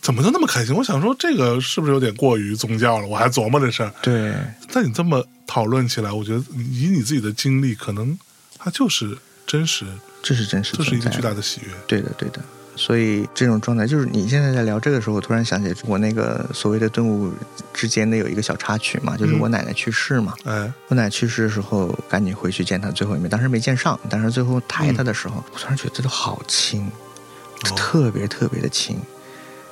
怎么就那么开心？我想说这个是不是有点过于宗教了？我还琢磨这事儿。
对，
但你这么讨论起来，我觉得以你自己的经历，可能它就是真实，
这是真实
就
存在
是
的，
一个巨大的喜悦。
对的，对的。所以这种状态，就是你现在在聊这个时候，我突然想起我那个所谓的顿悟之间的有一个小插曲嘛，就是
嗯
我奶奶去世嘛。
哎，
我奶奶去世的时候，赶紧回去见她最后一面，当时没见上，但是最后
嗯
抬她的时候，我突然觉得这都好轻，
哦
特别特别的轻。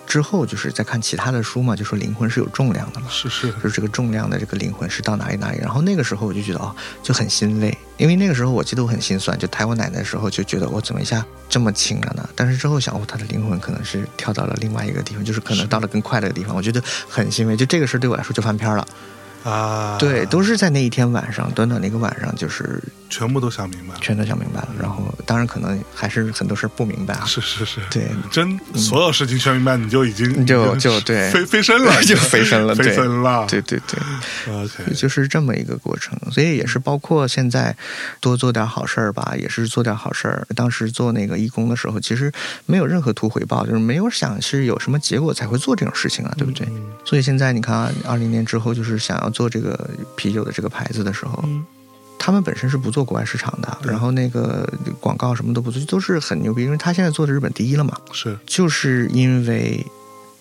之后就是在看其他的书嘛，就说灵魂是有重量的嘛。
是是，
就是这个重量的这个灵魂是到哪里哪里。然后那个时候我就觉得哦，就很心累，因为那个时候我记得我很心酸，就抬我奶奶的时候就觉得我怎么一下这么轻了呢？但是之后想，哦，她的灵魂可能是跳到了另外一个地方，就是可能到了更快乐的地方。我觉得很欣慰，就这个事儿对我来说就翻篇了。
啊，
对，都是在那一天晚上，短短的一个晚上，就是
全部都想明白了。
全都想明白了。然后当然可能还是很多事儿不明白啊，
是是是，
对，
真所有事情全明白，你就已经
你就
已经
就对
飞飞身了，
就飞身了，
飞
对
身了。
对对对。
，OK，
就是这么一个过程，所以也是包括现在多做点好事儿吧，也是做点好事儿。当时做那个义工的时候，其实没有任何图回报，就是没有想是有什么结果才会做这种事情啊，对不对？
嗯
所以现在你看啊，二零年之后，就是想要做这个啤酒的这个牌子的时候，
嗯
他们本身是不做国外市场的，
对
然后那个广告什么都不做，都是很牛逼，因为他现在做的日本第一了嘛。
是
就是因为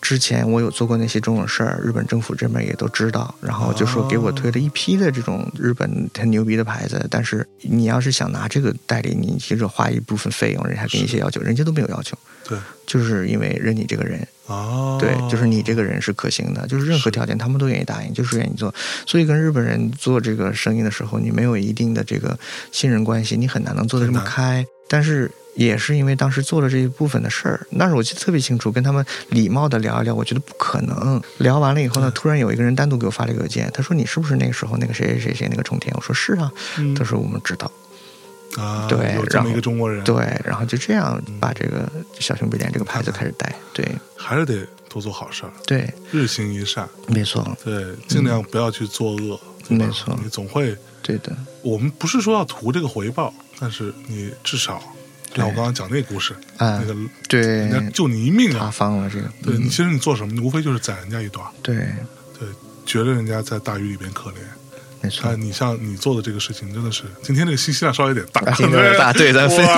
之前我有做过那些这种事儿，日本政府这边也都知道，然后就说给我推了一批的这种日本很牛逼的牌子。但是你要是想拿这个代理，你其实花一部分费用，人家还给你一些要求，人家都没有要求，
对
就是因为认你这个人，
哦，
对，就是你这个人是可行的，就是任何条件他们都愿意答应，就是愿意做。所以跟日本人做这个生意的时候，你没有一定的这个信任关系，你很难能做得这么
很难
开。但是也是因为当时做了这一部分的事儿，那时候我记得特别清楚，跟他们礼貌的聊一聊，我觉得不可能。聊完了以后
嗯
呢，突然有一个人单独给我发了一个邮件，他说你是不是那个时候那个谁谁谁谁那个冲天？我说是啊，
嗯
他说我们知道。
啊，
对
有这
然
么
后
一个中国人，
对，然后就这样
嗯
把这个小熊杯店这个牌子开始带。对
还是得多做好事儿，
对，
日行一善，
没错，
对，尽量不要去作恶，
嗯
对吧
没错
你总会
对的，
我们不是说要图这个回报，但是你至少，像我刚刚讲那故事，
啊
那个
对
人。家救你一命
塌
啊，
方了这个，
对
嗯
你其实你做什么，无非就是宰人家一刀，
对，
对，觉得人家在大雨里边可怜。
没错。
哎但你像你做的这个事情，真的是今天这个信息量稍微有点大，
啊今天有点 大对咱分
享。哇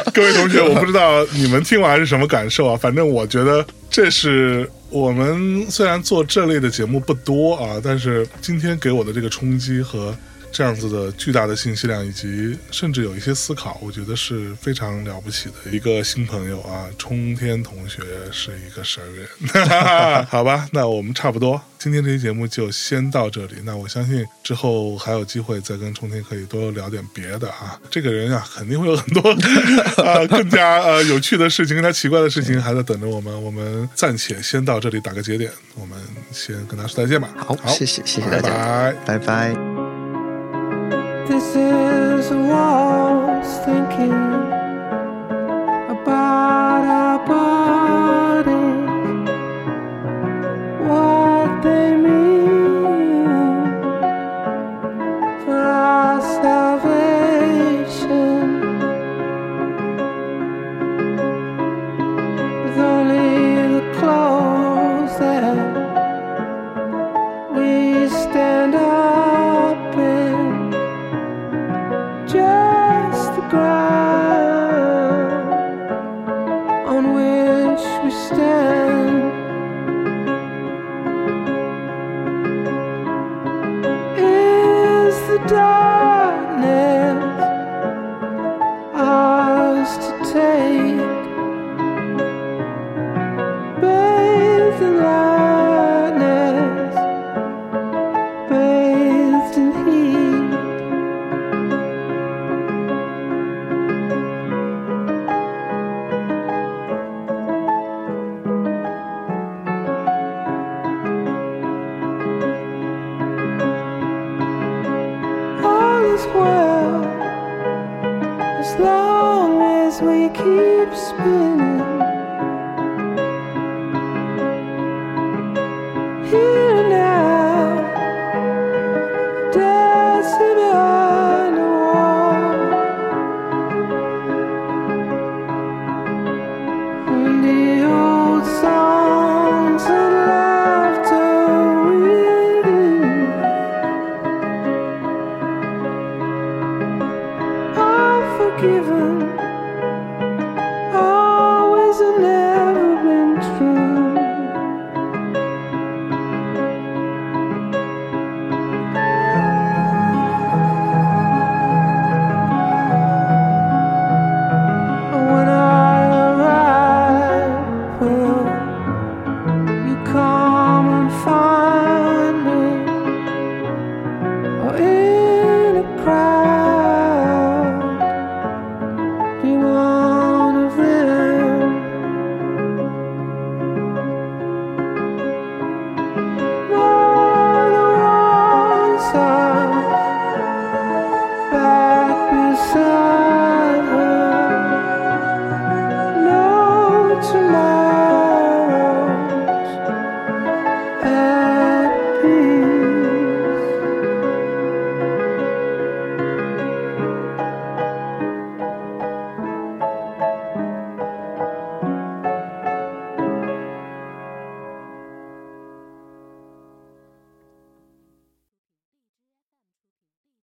各位同学，我不知道你们听完是什么感受啊，反正我觉得这是我们虽然做这类的节目不多啊，但是今天给我的这个冲击和这样子的巨大的信息量，以及甚至有一些思考，我觉得是非常了不起的一个新朋友啊，冲天同学是一个神人， 好吧，那我们差不多，今天这期节目就先到这里。那我相信之后还有机会再跟冲天可以多聊点别的啊，这个人啊，肯定会有很多 呃更加呃有趣的事情，更加奇怪的事情还在等着我们。我们暂且先到这里打个节点，我们先跟大家说再见吧。
好谢谢谢谢大家
拜拜。
拜拜。
This is what I was thinking about our bodies, what they mean for our salvation. With only the clothes that we stand up in just the ground on which we stand. Is the darkness ours to take? Bathed in lightness, bathed in heat. all is well as long as as we keep spinning. Here now, dancing behind the wall. And the old songs and laughter within. are forgiven. Always and never been true. When I arrive, will you come and find me? or in a crowd? Do you